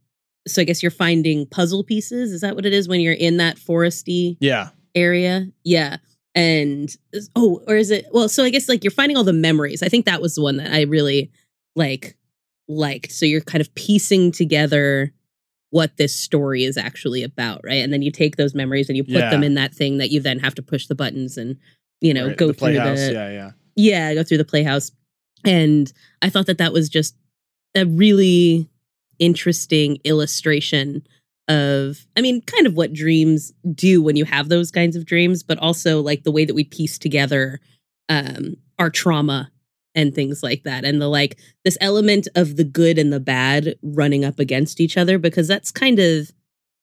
so i guess you're finding puzzle pieces is that what it is when you're in that foresty
Yeah.
area. Yeah. And oh, or is it well, so I guess like you're finding all the memories. I think that was the one that I really like liked. So you're kind of piecing together what this story is actually about, right? And then you take those memories and you put
Yeah.
them in that thing that you then have to push the buttons and you know,
Right,
go
the
through
playhouse.
the
yeah, yeah.
yeah go through the playhouse and i thought that that was just a really interesting illustration of i mean kind of what dreams do when you have those kinds of dreams but also like the way that we piece together um our trauma and things like that and the like this element of the good and the bad running up against each other because that's kind of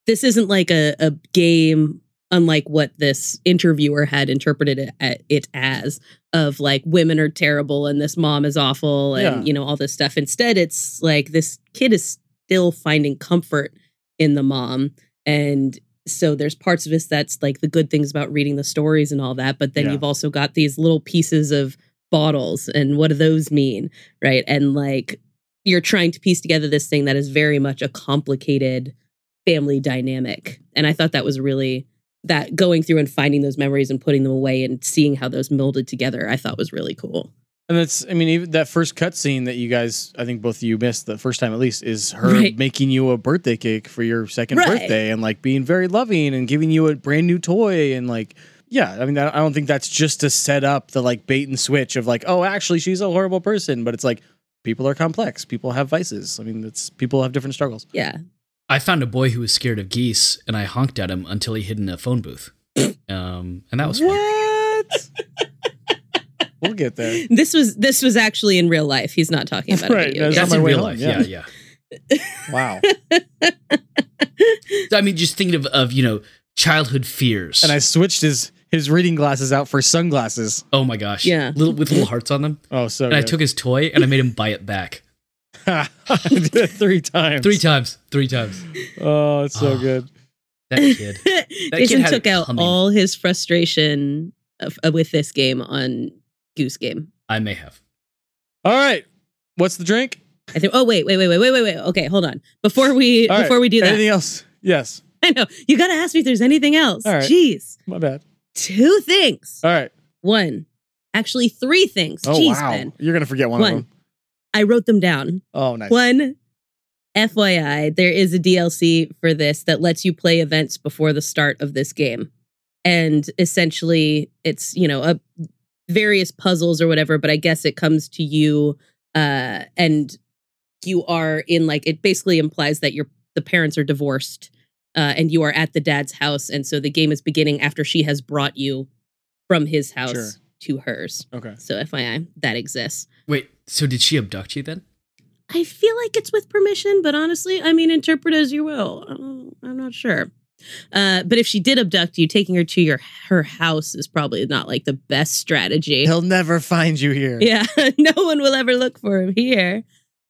this isn't like a, a game unlike what this interviewer had interpreted it, it as of like women are terrible and this mom is awful and
Yeah.
you know all this stuff instead it's like this kid is still finding comfort in the mom. And so there's parts of us that's like the good things about reading the stories and all that. But then
Yeah.
you've also got these little pieces of bottles and what do those mean? Right. And like you're trying to piece together this thing that is very much a complicated family dynamic. And I thought that was really that going through and finding those memories and putting them away and seeing how those molded together, I thought was really cool.
And that's, I mean, even that first cut scene that you guys, I think both of you missed the first time at least, is her
Right.
making you a birthday cake for your second
Right.
birthday and like being very loving and giving you a brand new toy and like, yeah, I mean, I I don't think that's just to set up the like bait and switch of like, oh, actually, she's a horrible person, but it's like people are complex, people have vices. I mean, that's people have different struggles.
Yeah.
I found a boy who was scared of geese, and I honked at him until he hid in a phone booth. Um, and that was fun.
What? we'll get there.
This was this was actually in real life. He's not talking about
Right,
a video.
that's-
game.
That's
on
in
my way
real
home,
life.
yeah.
Yeah, yeah.
Wow.
I mean, just thinking of, of you know childhood fears.
and I switched his his reading glasses out for sunglasses.
oh my gosh,
Yeah.
little with little hearts on them.
Oh, so
And I
good.
took his toy and I made him buy it back
I did it three times.
three times, three times.
Oh, it's so
Ah.
good.
That kid. kid
Jason
had
took
it
out
coming.
all his frustration of, uh, with this game on Goose Game.
I may have.
All right. What's the drink?
I think. Oh wait, wait, wait, wait, wait, wait, wait. Okay, hold on. Before we
All right,
before we do that,
Anything else? Yes.
I know you got to ask me if there's anything else.
All right.
Jeez,
My bad.
two things.
All right.
One, actually three things.
Oh,
Jeez,
wow.
Ben.
You're going to forget one,
One.
of them.
I wrote them down.
Oh, nice.
One, FYI, there is a DLC for this that lets you play events before the start of this game. And essentially, it's, you know, a various puzzles or whatever, but I guess it comes to you uh and you are in like it basically implies that your the parents are divorced uh and you are at the dad's house and so the game is beginning after she has brought you from his house
Sure.
to hers.
Okay.
So FYI, that exists.
Wait, so did she abduct you then?
I feel like it's with permission, but honestly, I mean, interpret as you will. I don't- I'm not sure. Uh, but if she did abduct you, taking her to your her house is probably not like the best strategy.
He'll never find you here.
Yeah, no one will ever look for him here.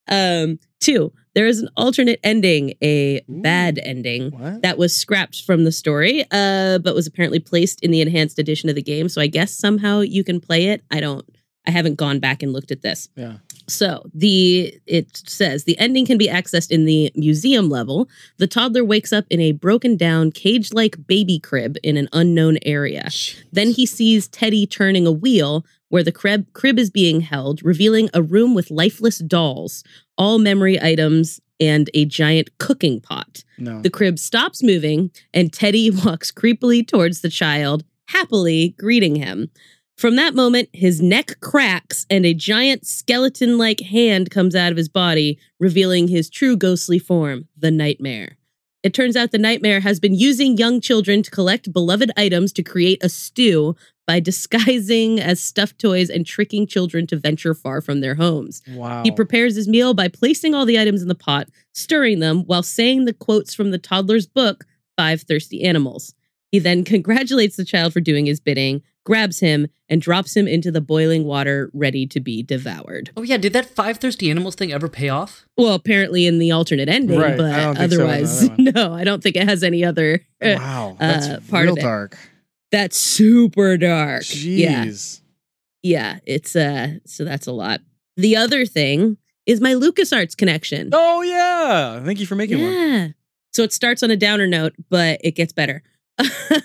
Um, two, there is an alternate ending, a bad ending
What?
that was scrapped from the story, uh, but was apparently placed in the enhanced edition of the game. So I guess somehow you can play it. I don't. I haven't gone back and looked at this.
Yeah.
So the it says the ending can be accessed in the museum level. The toddler wakes up in a broken down cage like baby crib in an unknown area. Then he sees Teddy turning a wheel where the crib crib is being held, revealing a room with lifeless dolls, all memory items, and a giant cooking pot.
No.
The crib stops moving, and Teddy walks creepily towards the child, happily greeting him. From that moment, his neck cracks and a giant skeleton like hand comes out of his body, revealing his true ghostly form, the nightmare. It turns out the nightmare has been using young children to collect beloved items to create a stew by disguising as stuffed toys and tricking children to venture far from their homes.
wow.
He prepares his meal by placing all the items in the pot, stirring them while saying the quotes from the toddler's book, Five Thirsty Animals. He then congratulates the child for doing his bidding, grabs him, and drops him into the boiling water ready to be devoured.
Oh yeah, did that five thirsty animals thing ever pay off?
Well, apparently in the alternate ending,
Right, I
but
don't think so in
otherwise,
that one.
no, I don't think it has any other.
wow. That's
uh, part
real
of it.
dark.
That's super dark. Yeah.
Jeez.
Yeah. It's uh so that's a lot. The other thing is my LucasArts connection.
Oh, yeah. Thank you for making one.
yeah. So it starts on a downer note, but it gets better.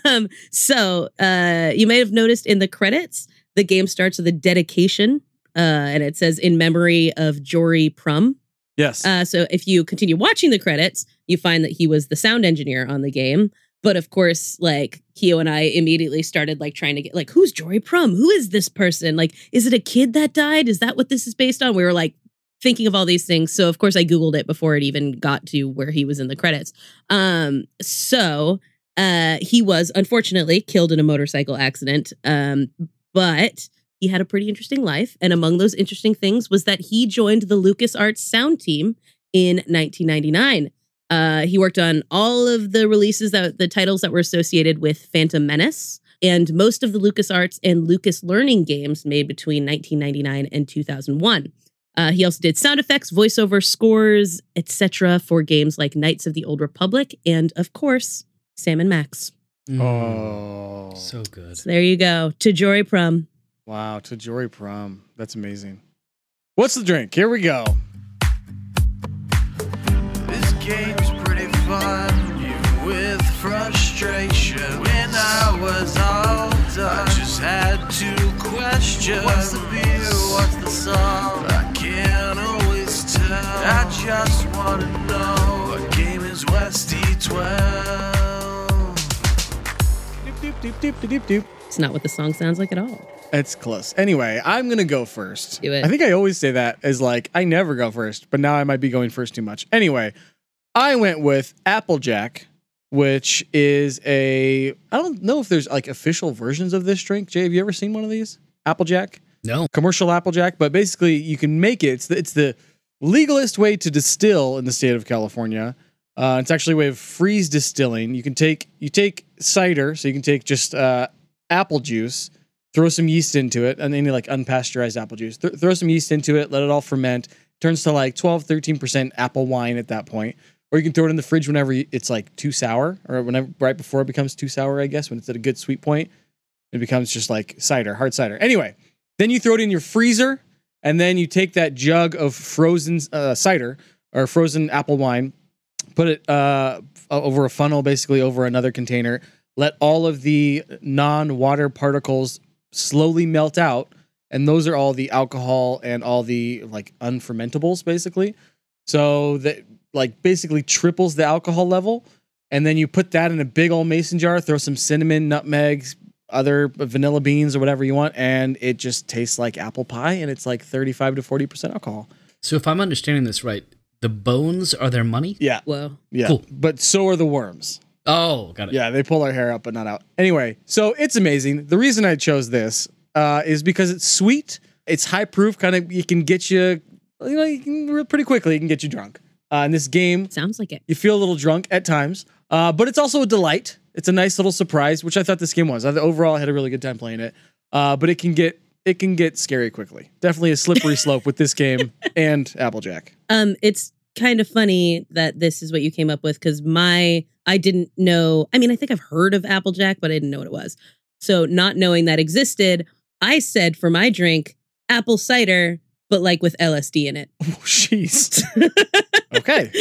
um, so uh, you may have noticed in the credits, the game starts with a dedication, uh, and it says in memory of Jory Prum.
Yes.
Uh, so if you continue watching the credits, you find that he was the sound engineer on the game. But of course, like Keo and I immediately started like trying to get like, who's Jory Prum? Who is this person? Like, is it a kid that died? Is that what this is based on? We were like thinking of all these things. So of course I Googled it before it even got to where he was in the credits. Um, so uh he was unfortunately killed in a motorcycle accident. Um, but he had a pretty interesting life. And among those interesting things was that he joined the LucasArts sound team in 1999. Uh, he worked on all of the releases that the titles that were associated with Phantom Menace and most of the LucasArts and Lucas Learning games made between 1999 and 2001. Uh, he also did sound effects, voiceover scores, etc., for games like Knights of the Old Republic and, of course, Sam and Max.
Oh,
Mm, so good.
So there you go. Tajori Prum.
wow! To Jory Prom, that's amazing. What's the drink? Here we go.
This game's pretty fun. You with frustration. When I was all done, I just had two questions. What's the beer? What's the song? I can't always tell. I just wanna know what game is West E12.
Doop, doop, doop, doop, doop, doop, doop.
It's not what the song sounds like at all.
It's close. Anyway, I'm gonna go first.
Do it.
I think I always say that as like I never go first, but now I might be going first too much. Anyway, I went with Applejack, which is a I don't know if there's like official versions of this drink. Jay, have you ever seen one of these? Applejack,
No.
commercial Applejack, but basically you can make it. It's the, it's the legalist way to distill in the state of California. Uh, it's actually a way of freeze distilling. You can take you take cider, so you can take just uh, apple juice, throw some yeast into it, and any like unpasteurized apple juice. Th- throw some yeast into it, let it all ferment. Turns to like 12, 13% apple wine at that point. Or you can throw it in the fridge whenever you- it's like too sour, or whenever right before it becomes too sour, I guess, when it's at a good sweet point. It becomes just like cider, hard cider. Anyway, then you throw it in your freezer, and then you take that jug of frozen uh, cider or frozen apple wine, put it uh, f- over a funnel, basically over another container. Let all of the non-water particles slowly melt out, and those are all the alcohol and all the like unfermentables, basically. So that like basically triples the alcohol level, and then you put that in a big old mason jar. Throw some cinnamon, nutmeg, other vanilla beans or whatever you want, and it just tastes like apple pie, and it's like thirty-five to forty percent alcohol.
So if I'm understanding this right, the bones are their money?
Yeah,
Whoa.
yeah.
Cool.
But so are the worms.
Oh, got it.
Yeah, they pull our hair up, but not out. Anyway, so it's amazing. The reason I chose this uh, is because it's sweet. It's high proof. Kind of, you can get you, you know, you can real- pretty quickly. You can get you drunk. Uh, in this game,
Sounds like it.
you feel a little drunk at times, uh, but it's also a delight. It's a nice little surprise, which I thought this game was. I, overall, I had a really good time playing it, uh, but it can get it can get scary quickly. Definitely a slippery slope with this game and Applejack.
Um, it's kind of funny that this is what you came up with because my I didn't know. I mean, I think I've heard of Applejack, but I didn't know what it was. So not knowing that existed, I said for my drink apple cider, but like with LSD in it.
Oh, jeez. okay.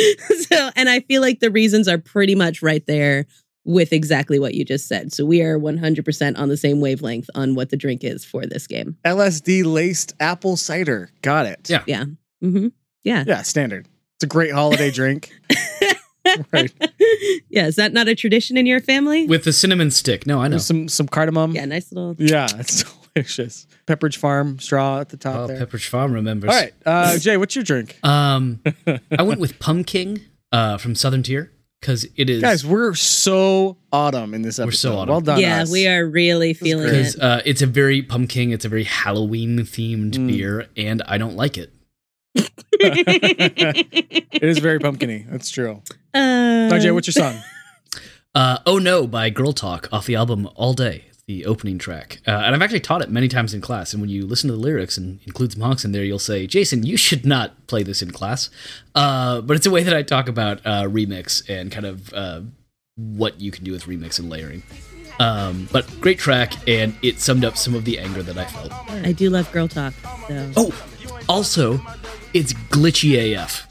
so, and I feel like the reasons are pretty much right there with exactly what you just said. So we are 100% on the same wavelength on what the drink is for this game.
LSD laced apple cider. Got it.
Yeah.
hmm
Yeah, standard. It's a great holiday drink. right.
yeah, is that not a tradition in your family?
With the cinnamon stick. No, I know.
There's some some cardamom.
yeah, nice little.
Yeah, it's delicious. Pepperidge Farm straw at the top
Oh,
there.
Pepperidge Farm remembers.
All right, uh, Jay, what's your drink?
Um, I went with Pumpkin uh, from Southern Tier because it is
Guys, we're so autumn in this episode.
We're so autumn.
Well done.
yeah,
us.
we are really feeling
because
it.
uh, it's a very pumpkin. It's a very Halloween themed
Mm.
beer, and I don't like it.
It is very pumpkiny. That's true.
Uh,
Now, Jay, what's your song?
Uh, oh no, by Girl Talk off the album All Day, It's the opening track. Uh, and I've actually taught it many times in class. And when you listen to the lyrics and include some honks in there, you'll say, Jason, you should not play this in class. Uh, but it's a way that I talk about uh, remix and kind of uh, what you can do with remix and layering. Um, but great track, and it summed up some of the anger that I felt.
I do love girl talk. So.
Oh, also, it's glitchy AF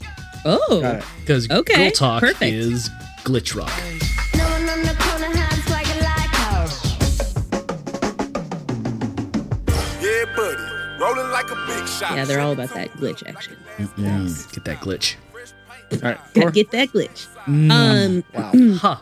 Oh,
Got it.
because
Okay,
Girl Talk
perfect.
is glitch rock.
No one on the corner hides like a lighthouse.
Yeah, buddy. Rolling like a big shot.
yeah, they're all about that glitch action.
Mm, get that glitch.
All right.
Gotta
Cor?
get that glitch.
Mm.
Um,
Huh.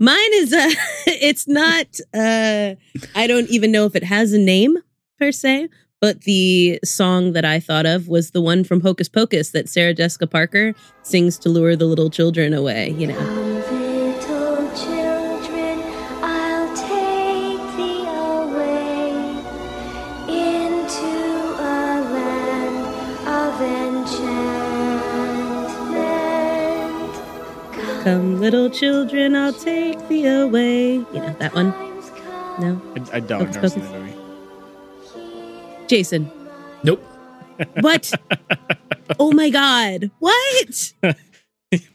Mine is uh it's not uh I don't even know if it has a name per se, but the song that I thought of was the one from Hocus Pocus that Sarah Jessica Parker sings to lure the little children away, you know.
Little children, I'll take thee away into a land of enchantment.
Come little children, I'll take thee away. You know that one?
Times come
No.
I, I don't
Hocus
know.
Pocus. Jason,
Nope.
What? oh my god. What?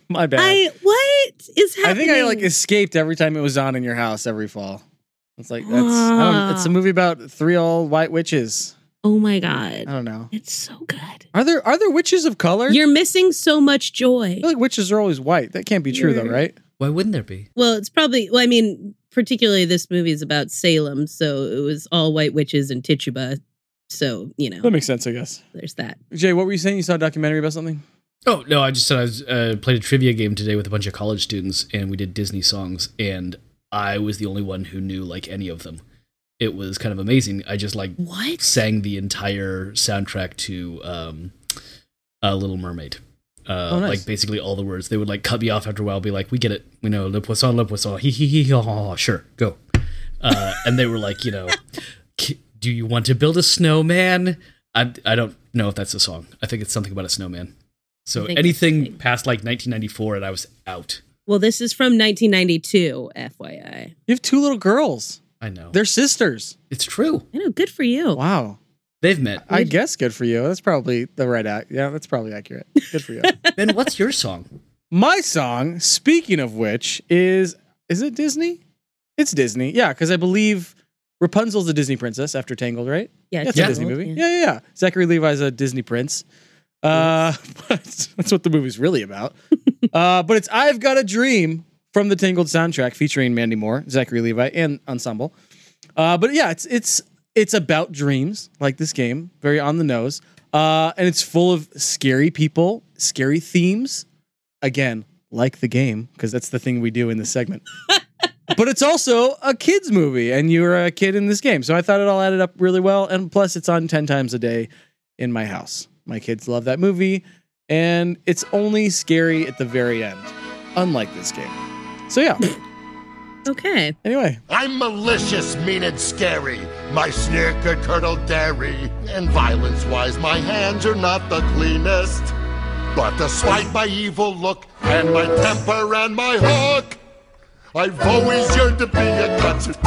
My bad.
I what is happening?
I think I like escaped every time it was on in your house every fall. It's like that's I don't,
Ah.
it's a movie about three old white witches.
Oh my god.
I don't know.
It's so good.
Are there are there witches of color?
You're missing so much joy.
I feel like witches are always white. That can't be true though,
You're-
right?
Why wouldn't there be?
Well, it's probably well, I mean, particularly this movie is about Salem, so it was all white witches and Tituba. So, you know,
That makes sense, I guess.
there's that.
Jay, what were you saying? You saw a documentary about something?
Oh no, I just said I was, uh, played a trivia game today with a bunch of college students, and we did Disney songs, and I was the only one who knew like any of them. It was kind of amazing. I just like
What?
sang the entire soundtrack to um, uh, Little Mermaid. Uh,
Oh, nice.
Like basically all the words. They would like cut me off after a while, be like, "We get it. We know le poisson, le poisson. He he he. he, ha, ha, ha. Sure, go." Uh, and they were like, you know, "K- "Do you want to build a snowman?" I I don't know if that's a song. I think it's something about a snowman. So
I think it's
anything
like-
past like 1994, and I was out.
Well, this is from 1992, FYI.
You have two little girls.
I know.
They're sisters.
it's true.
I know, good for you.
Wow.
They've met.
I guess good for you. That's probably the right act. Yeah, that's probably accurate. Good for you.
Ben, what's your song?
My song, speaking of which, is is it Disney? It's Disney. Yeah, because I believe Rapunzel's a Disney princess after Tangled, right?
Yeah,
Yeah, it's a
Tangled,
Disney movie.
yeah.
Yeah, yeah, yeah. Zachary Levi's a Disney prince. Uh, but that's what the movie's really about. uh, but it's I've Got a Dream from the Tangled soundtrack featuring Mandy Moore, Zachary Levi, and Ensemble. Uh, but yeah, it's it's it's about dreams, like this game, very on the nose. Uh, and it's full of scary people, scary themes. Again, like the game, because that's the thing we do in this segment but it's also a kids movie and you're a kid in this game so i thought it all added up really well and plus it's on 10 times a day in my house my kids love that movie and it's only scary at the very end unlike this game so yeah
Okay.
anyway
I'm malicious, mean, and scary. My sneer could curdle dairy. And violence wise, my hands are not the cleanest. But despite my evil look, and my temper, and my hook, I've always yearned to be a concertina.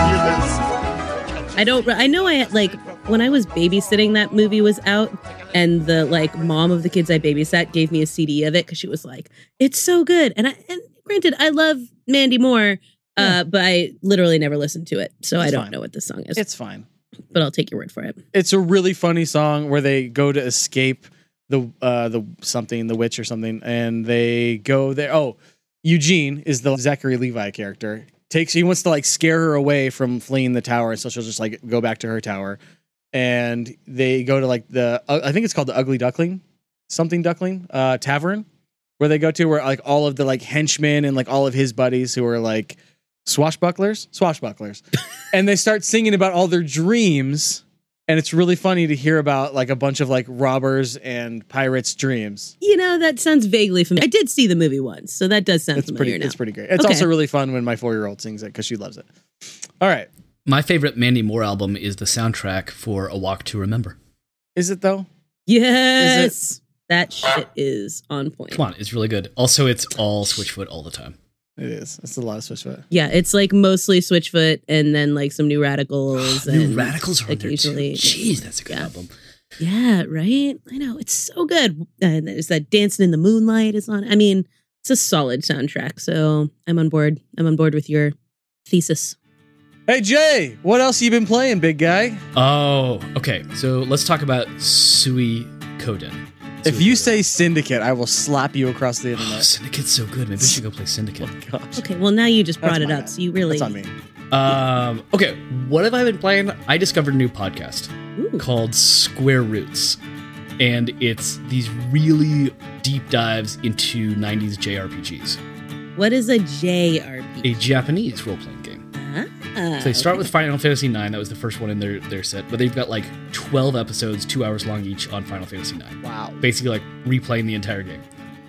I don't. I know. I like when I was babysitting. That movie was out, and the like mom of the kids I babysat gave me a CD of it because she was like, "It's so good." And I and granted, I love Mandy Moore, uh, but I literally never listened to it, so I
It's
don't
fine.
know what this song is.
it's fine
but I'll take your word for it.
it's a really funny song where they go to escape the uh the something the witch or something and they go there oh eugene is the zachary levi character takes he wants to like scare her away from fleeing the tower so she'll just like go back to her tower and they go to like the uh, i think it's called the ugly duckling something duckling uh tavern where they go to where like all of the like henchmen and like all of his buddies who are like swashbucklers swashbucklers and they start singing about all their dreams and it's really funny to hear about like a bunch of like robbers and pirates dreams
You know that sounds vaguely familiar. I did see the movie once, so that does sound
it's
familiar
pretty
now.
it's pretty great it's
Okay.
also really fun when my four-year-old sings it because she loves it all right
My favorite Mandy Moore album is the soundtrack for A Walk to Remember.
is it though
yes, that shit is on point.
Come on, it's really good. Also, it's all Switchfoot all the time.
it is it's a lot of switchfoot
Yeah, it's like mostly Switchfoot, and then like some new radicals.
New
and
Radicals are in there too.
occasionally-
Jeez, that's a good
Yeah.
album.
Yeah, right. I know it's so good. And there's that "Dancing in the Moonlight" is on. I mean, it's a solid soundtrack. So I'm on board. I'm on board with your thesis.
hey jay what else you been playing big guy
Oh, okay. So let's talk about Sui Koden.
if you say syndicate i will slap you across the
oh,
internet
Syndicate's so good, maybe I should go play Syndicate.
gosh
Okay. Well, now you just
That's
brought it
my
up,
bad.
so you really.
that's on me
Um, okay, what have I been playing? I discovered a new podcast
Ooh.
called Square Roots, and it's these really deep dives into 90s JRPGs,
What is a
a
JRPG?
Japanese role playing game.
Ah,
So they start with Final Fantasy IX. That was the first one in their, their set, but they've got like 12 episodes, two hours long each on Final Fantasy IX.
wow
Basically, like replaying the entire game.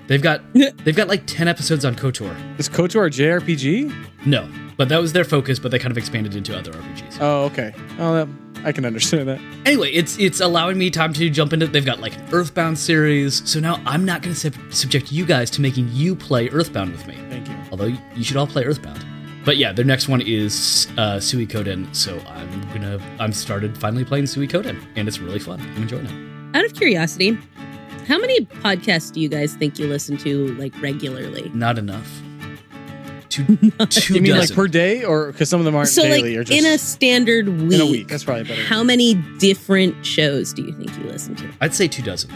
They've got they've got like 10 episodes on KOTOR.
is kotor a jrpg
No, but that was their focus. But they kind of expanded into other RPGs.
oh okay oh that, i can understand that
Anyway, it's it's allowing me time to jump into. They've got like an Earthbound series, so now I'm not going to sub- subject you guys to making you play Earthbound with me.
thank you
Although you you should all play Earthbound. But yeah, their next one is uh, Suikoden, so I'm gonna I'm started finally playing Suikoden, and it's really fun. I'm enjoying it.
Out of curiosity, how many podcasts do you guys think you listen to like regularly?
Not enough. Two, two
you mean
dozen.
like per day, or because some of them aren't
So like
daily, or just
in a standard week,
in a week? That's probably better.
how many different shows do you think you listen to?
I'd say two dozen.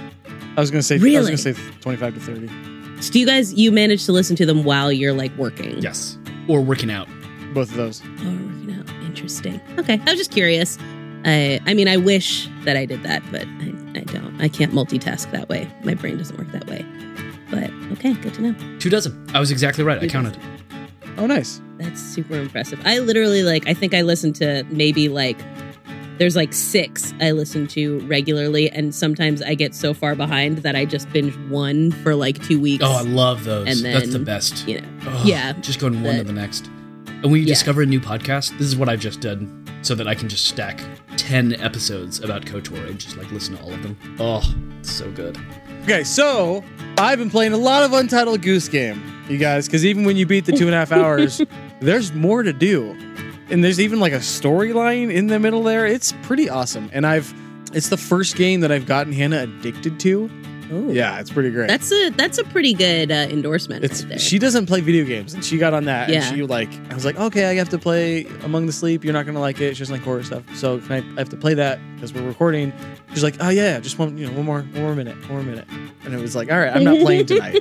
I was gonna say. I was
Really?
gonna say twenty-five to thirty.
So do you guys you manage to listen to them while you're like working?
Yes. Or working out.
Both of those.
Oh, we're working out. Interesting. Okay, I was just curious. I I mean I wish that I did that, but I, I don't. I can't multitask that way. My brain doesn't work that way. But okay, good to know.
Two dozen. I was exactly right. I counted.
Oh, nice.
That's super impressive. I literally like I think I listen to maybe like there's like 6 I listen to regularly and sometimes I get so far behind that I just binge one for like 2 weeks.
Oh, I love those.
And
That's the
then-
best.
you know.
Ugh,
yeah.
Just going one to
But-
the next. And when you
Yeah.
discover a new podcast, this is what I've just done so that I can just stack 10 episodes about KOTOR and just like listen to all of them. Oh, it's so good.
Okay, so I've been playing a lot of Untitled Goose Game, you guys, because even when you beat the two and a half hours, there's more to do, and there's even like a storyline in the middle there. It's pretty awesome, and I've it's the first game that I've gotten Hannah addicted to.
Oh.
Yeah, it's pretty great.
That's a that's a pretty good uh, endorsement
It's
right there.
she doesn't play video games, and she got on that,
Yeah.
and she like I was like, okay, I have to play Among the Sleep. You're not gonna like it. She doesn't like horror stuff, so can I, I have to play that because we're recording. She's like, oh yeah, just one, you know, one more, one more minute, one more minute, and it was like, all right, I'm not playing tonight.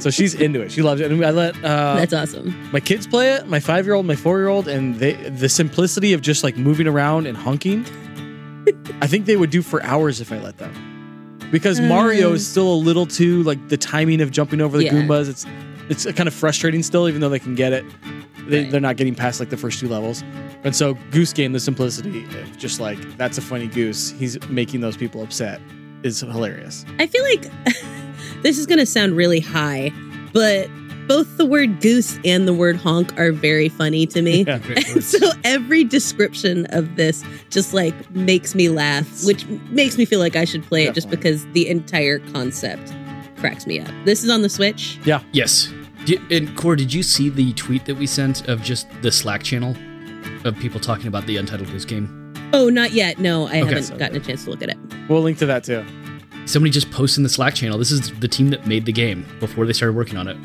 so she's into it. She loves it, and I let uh,
That's awesome.
my kids play it. My five year old, my four year old, and they the simplicity of just like moving around and honking. I think they would do for hours if I let them, because Mario
Mm.
is still a little too like the timing of jumping over the
Yeah.
Goombas. It's it's kind of frustrating still, even though they can get it. They,
Right.
They're not getting past like the first two levels, and so Goose Game, the simplicity of just like that's a funny goose. He's making those people upset is hilarious.
I feel like this is going to sound really high, but both the word goose and the word honk are very funny to me.
Yeah.
Great
And
words.
so every description of this just like makes me laugh, which makes me feel like I should play it just
Definitely.
because the entire concept cracks me up. This is on the Switch.
Yes. Di- and Core, did you see the tweet that we sent of just the Slack channel of people talking about the Untitled Goose Game?
Oh, not yet. No, I haven't
so-
gotten a chance to look at it.
We'll link to that too.
Somebody just posted in the Slack channel. This is the team that made the game before they started working on it.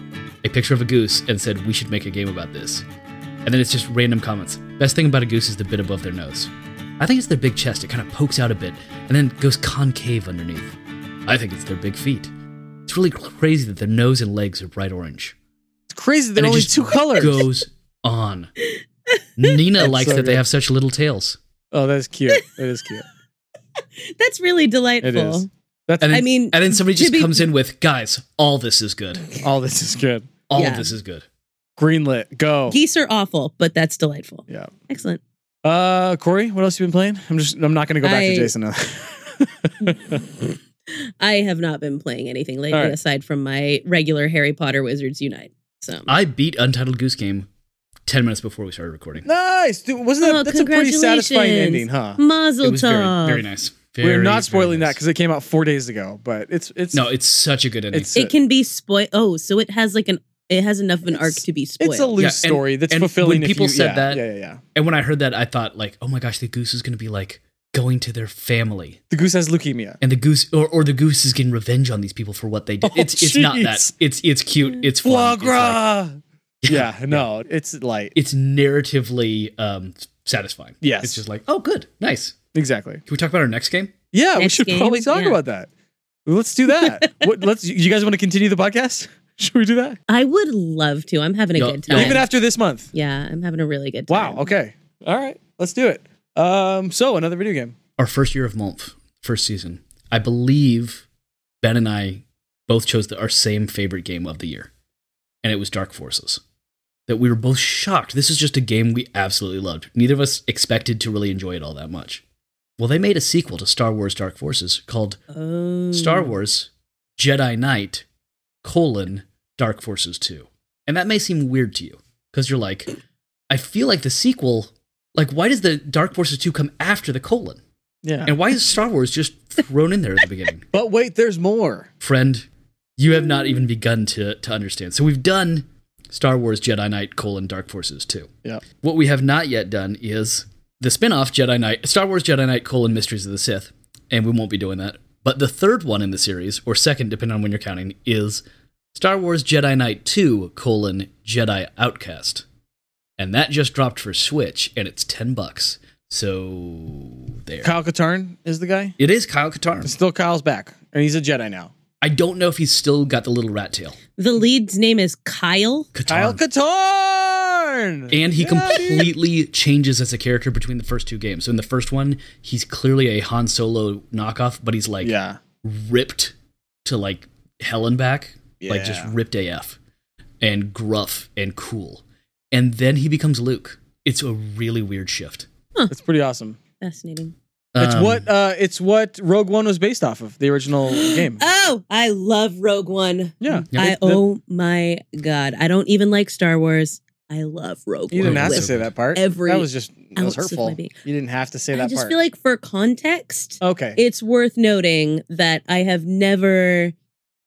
A picture of a goose and said, "We should make a game about this." And then it's just random comments. Best thing about a goose is the bit above their nose. I think it's their big chest. It kind of pokes out a bit and then goes concave underneath. I think it's their big feet. It's really crazy that their nose and legs are bright orange.
It's crazy. There are
And it
only
just
two colors.
goes on. Nina likes
so
that they
good.
have such little tails.
Oh, that's cute. That is cute.
That's really delightful.
It is. That's
And then,
I mean,
and then somebody
to
just
be-
comes in with, guys, all this is good.
all Oh, this is good.
All
Yeah.
of this is good.
Greenlit. Go.
Geese are awful, but that's delightful.
Yeah.
Excellent.
Uh, Corey, what else you been playing? I'm just. I'm not gonna go back to
I-
Jason now.
I have not been playing anything lately
All right.
aside from my regular Harry Potter Wizards Unite. So
I beat Untitled Goose Game 10 minutes before we started recording.
nice, dude. Wasn't that?
Oh,
that's a pretty satisfying
congratulations.
ending, huh?
Mazel
It was very,
tov.
very nice.
We're
Very,
not spoiling
very
that
nice.
because it came out four days ago, but it's it's
No, it's such a good ending.
it's
It can be spoil. Oh, so it has like an it has enough of an arc
It's-
to be spoiled.
it's a loose
Yeah, and-
story that's
and
fulfilling.
when
if
people
you-
said
yeah,
that-
yeah, yeah, yeah.
and when I heard that, I thought, like, oh my gosh, the goose is going to be like going to their family.
The goose has leukemia.
And the goose, or, or the goose is getting revenge on these people for what they did.
Oh,
It's it's not that.
jeez.
It's it's cute. It's
Foie
fun. It's, like-
gras. yeah, no, it's light.
it's narratively um, satisfying.
Yes.
It's just like, oh, good, nice.
Exactly.
Can we talk about our next game?
Yeah, we
Next
should
games?
probably talk
Yeah.
about that. Let's do that. what, let's. You guys want to continue the podcast? Should we do that?
I would love to. I'm having a
Yo-
good
yo-
time.
Even after this month.
yeah, I'm having a really good time.
Wow. Okay. All right. Let's do it. Um. So another video game.
our first year of Month, first season, I believe Ben and I both chose the, our same favorite game of the year, and it was Dark Forces. That we were both shocked. This is just a game we absolutely loved. Neither of us expected to really enjoy it all that much. Well, they made a sequel to Star Wars Dark Forces called
Oh.
Star Wars Jedi Knight colon Dark Forces 2. And that may seem weird to you because you're like, I feel like the sequel, like, why does the Dark Forces 2 come after the colon?
Yeah.
And why is Star Wars just thrown in there at the beginning?
But wait, there's more.
Friend, you have not even begun to, to understand. So we've done Star Wars Jedi Knight colon Dark Forces 2.
Yeah.
What we have not yet done is the spin-off Jedi Knight Star Wars Jedi Knight colon Mysteries of the Sith, and we won't be doing that. But the third one in the series, or second, depending on when you're counting, is Star Wars Jedi Knight 2, colon, Jedi Outcast. And that just dropped for Switch, and it's 10 bucks. So there.
Kyle Katarn is the guy.
It is Kyle Katarn.
It's still Kyle's back, and he's a Jedi now.
I don't know if he's still got the little rat tail.
The lead's name is Kyle.
Katarn.
Kyle Katarn.
and he completely changes as a character between the first two games. So in the first one, he's clearly a Han Solo knockoff, but he's like
yeah.
ripped to like hell and back, like just
Yeah.
ripped AF and gruff and cool. And then he becomes Luke. It's a really weird shift.
It's pretty awesome.
Fascinating.
It's
Um,
what uh, it's what Rogue One was based off of the original game.
Oh, I love Rogue One.
Yeah,
I oh my god. I don't even like Star Wars. I love Rogue
you
One.
didn't have to
with-
say that part.
every
that was just that was
ounce of
hurtful.
my
You
being.
didn't have to say
I
that
just
part.
feel like for context,
okay,
it's worth noting that I have never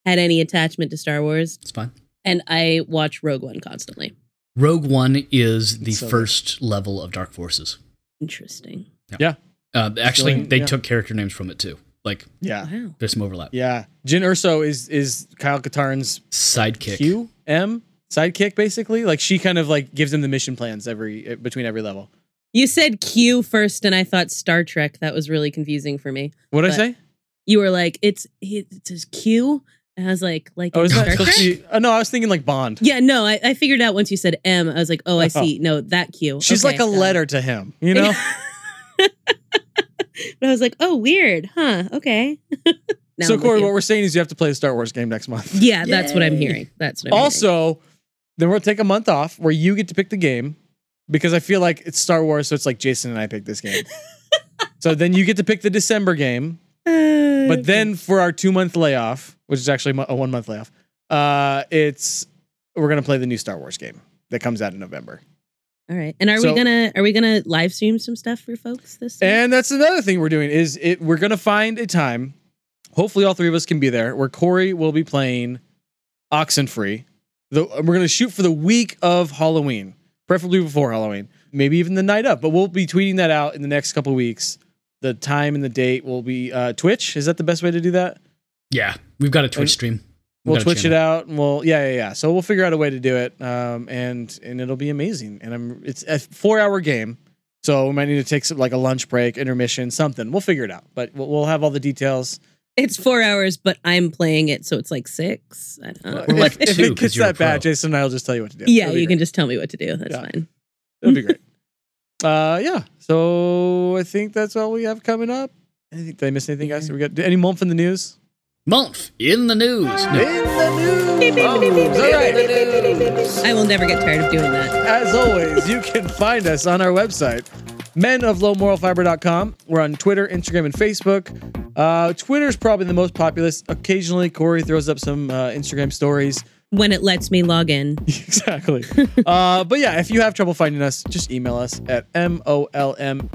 had any attachment to Star Wars
It's fine.
and I watch Rogue One constantly.
Rogue One is the
It's so good.
first level of Dark Forces.
Interesting.
Uh, actually,
Feeling-
they
yeah.
took character names from it too. Like
yeah,
Wow.
there's some overlap.
yeah. Jin Urso is is Kyle Katarn's
Sidekick.
Q M sidekick, basically. Like she kind of like gives him the mission plans every uh, between every level.
You said Q first and I thought Star Trek. That was really confusing for me.
What did I
But-
say?
You were like, it's it's his Q. And I was like, like
Oh,
in
is that
Star Trek?
supposed to be? Uh, no, I was thinking like Bond.
Yeah, no, I, I figured out once you said M, I was like, oh, I
Oh.
see. No, that Q.
She's
Okay,
like a
got it.
letter to him, you know.
But I was like, oh, weird, huh? Okay. Now
so
I'm with
Corey,
you.
what we're saying is you have to play the Star Wars game next month.
yeah, that's what I'm
Yay.
hearing. That's what I'm hearing.
also, then we'll take a month off where you get to pick the game because I feel like it's Star Wars, so it's like Jason and I picked this game. so then you get to pick the December game,
Uh,
but then for our two month layoff, which is actually mo- a one month layoff, uh, it's we're gonna play the new Star Wars game that comes out in November.
all right. And are
so-
we gonna are we gonna live stream some stuff for folks this? week?
And that's another thing we're doing is it we're gonna find a time. Hopefully, all three of us can be there. Where Corey will be playing Oxenfree. The, we're gonna shoot for the week of Halloween, preferably before Halloween, maybe even the night of. But we'll be tweeting that out in the next couple weeks. The time and the date will be uh, Twitch. Is that the best way to do that?
Yeah, we've got a Twitch
And
stream. We've
We'll
got a
Twitch it
channel.
out, and we'll yeah yeah yeah. So we'll figure out a way to do it, um, and and it'll be amazing. And I'm it's a four hour game, so we might need to take some, like a lunch break, intermission, something. We'll figure it out, but we'll, we'll have all the details.
it's four hours, but I'm playing it, so it's like six. I don't
We're
know.
like
if, if
two,
it
'cause
gets
you're a
that bad,
pro.
Jason and I will just tell you what to do.
yeah,
It'll be
you can
great.
just tell me what to do. That's
Yeah.
fine.
It'll be great. Uh, yeah. So I think that's all we have coming up. I think did I miss anything, guys? Did we got any month in the news?
Month in the news. No.
Oh, All right.
I will never get tired of doing that.
As always, you can find us on our website, menoflowmoralfiber.com. We're on Twitter, Instagram, and Facebook. Uh, Twitter's probably the most populous. Occasionally, Corey throws up some uh, Instagram stories.
When it lets me log in.
exactly. uh, but yeah, if you have trouble finding us, just email us at molmmp,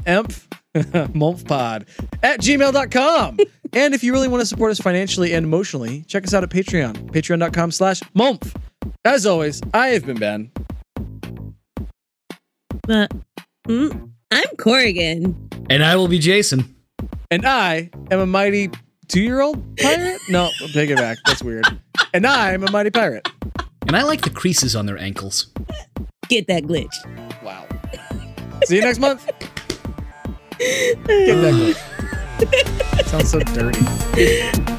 molmpod at gmail.com. and if you really want to support us financially and emotionally, check us out at Patreon, patreon.com slash momph. As always, I have been Ben.
But mm, I'm Corrigan.
And I will be Jason.
And I am a mighty two year old pirate? No, I'll take it back. That's weird. And I'm a mighty pirate.
And I like the creases on their ankles.
Get that glitch.
Wow. See you next month. Get that going. Sounds so dirty.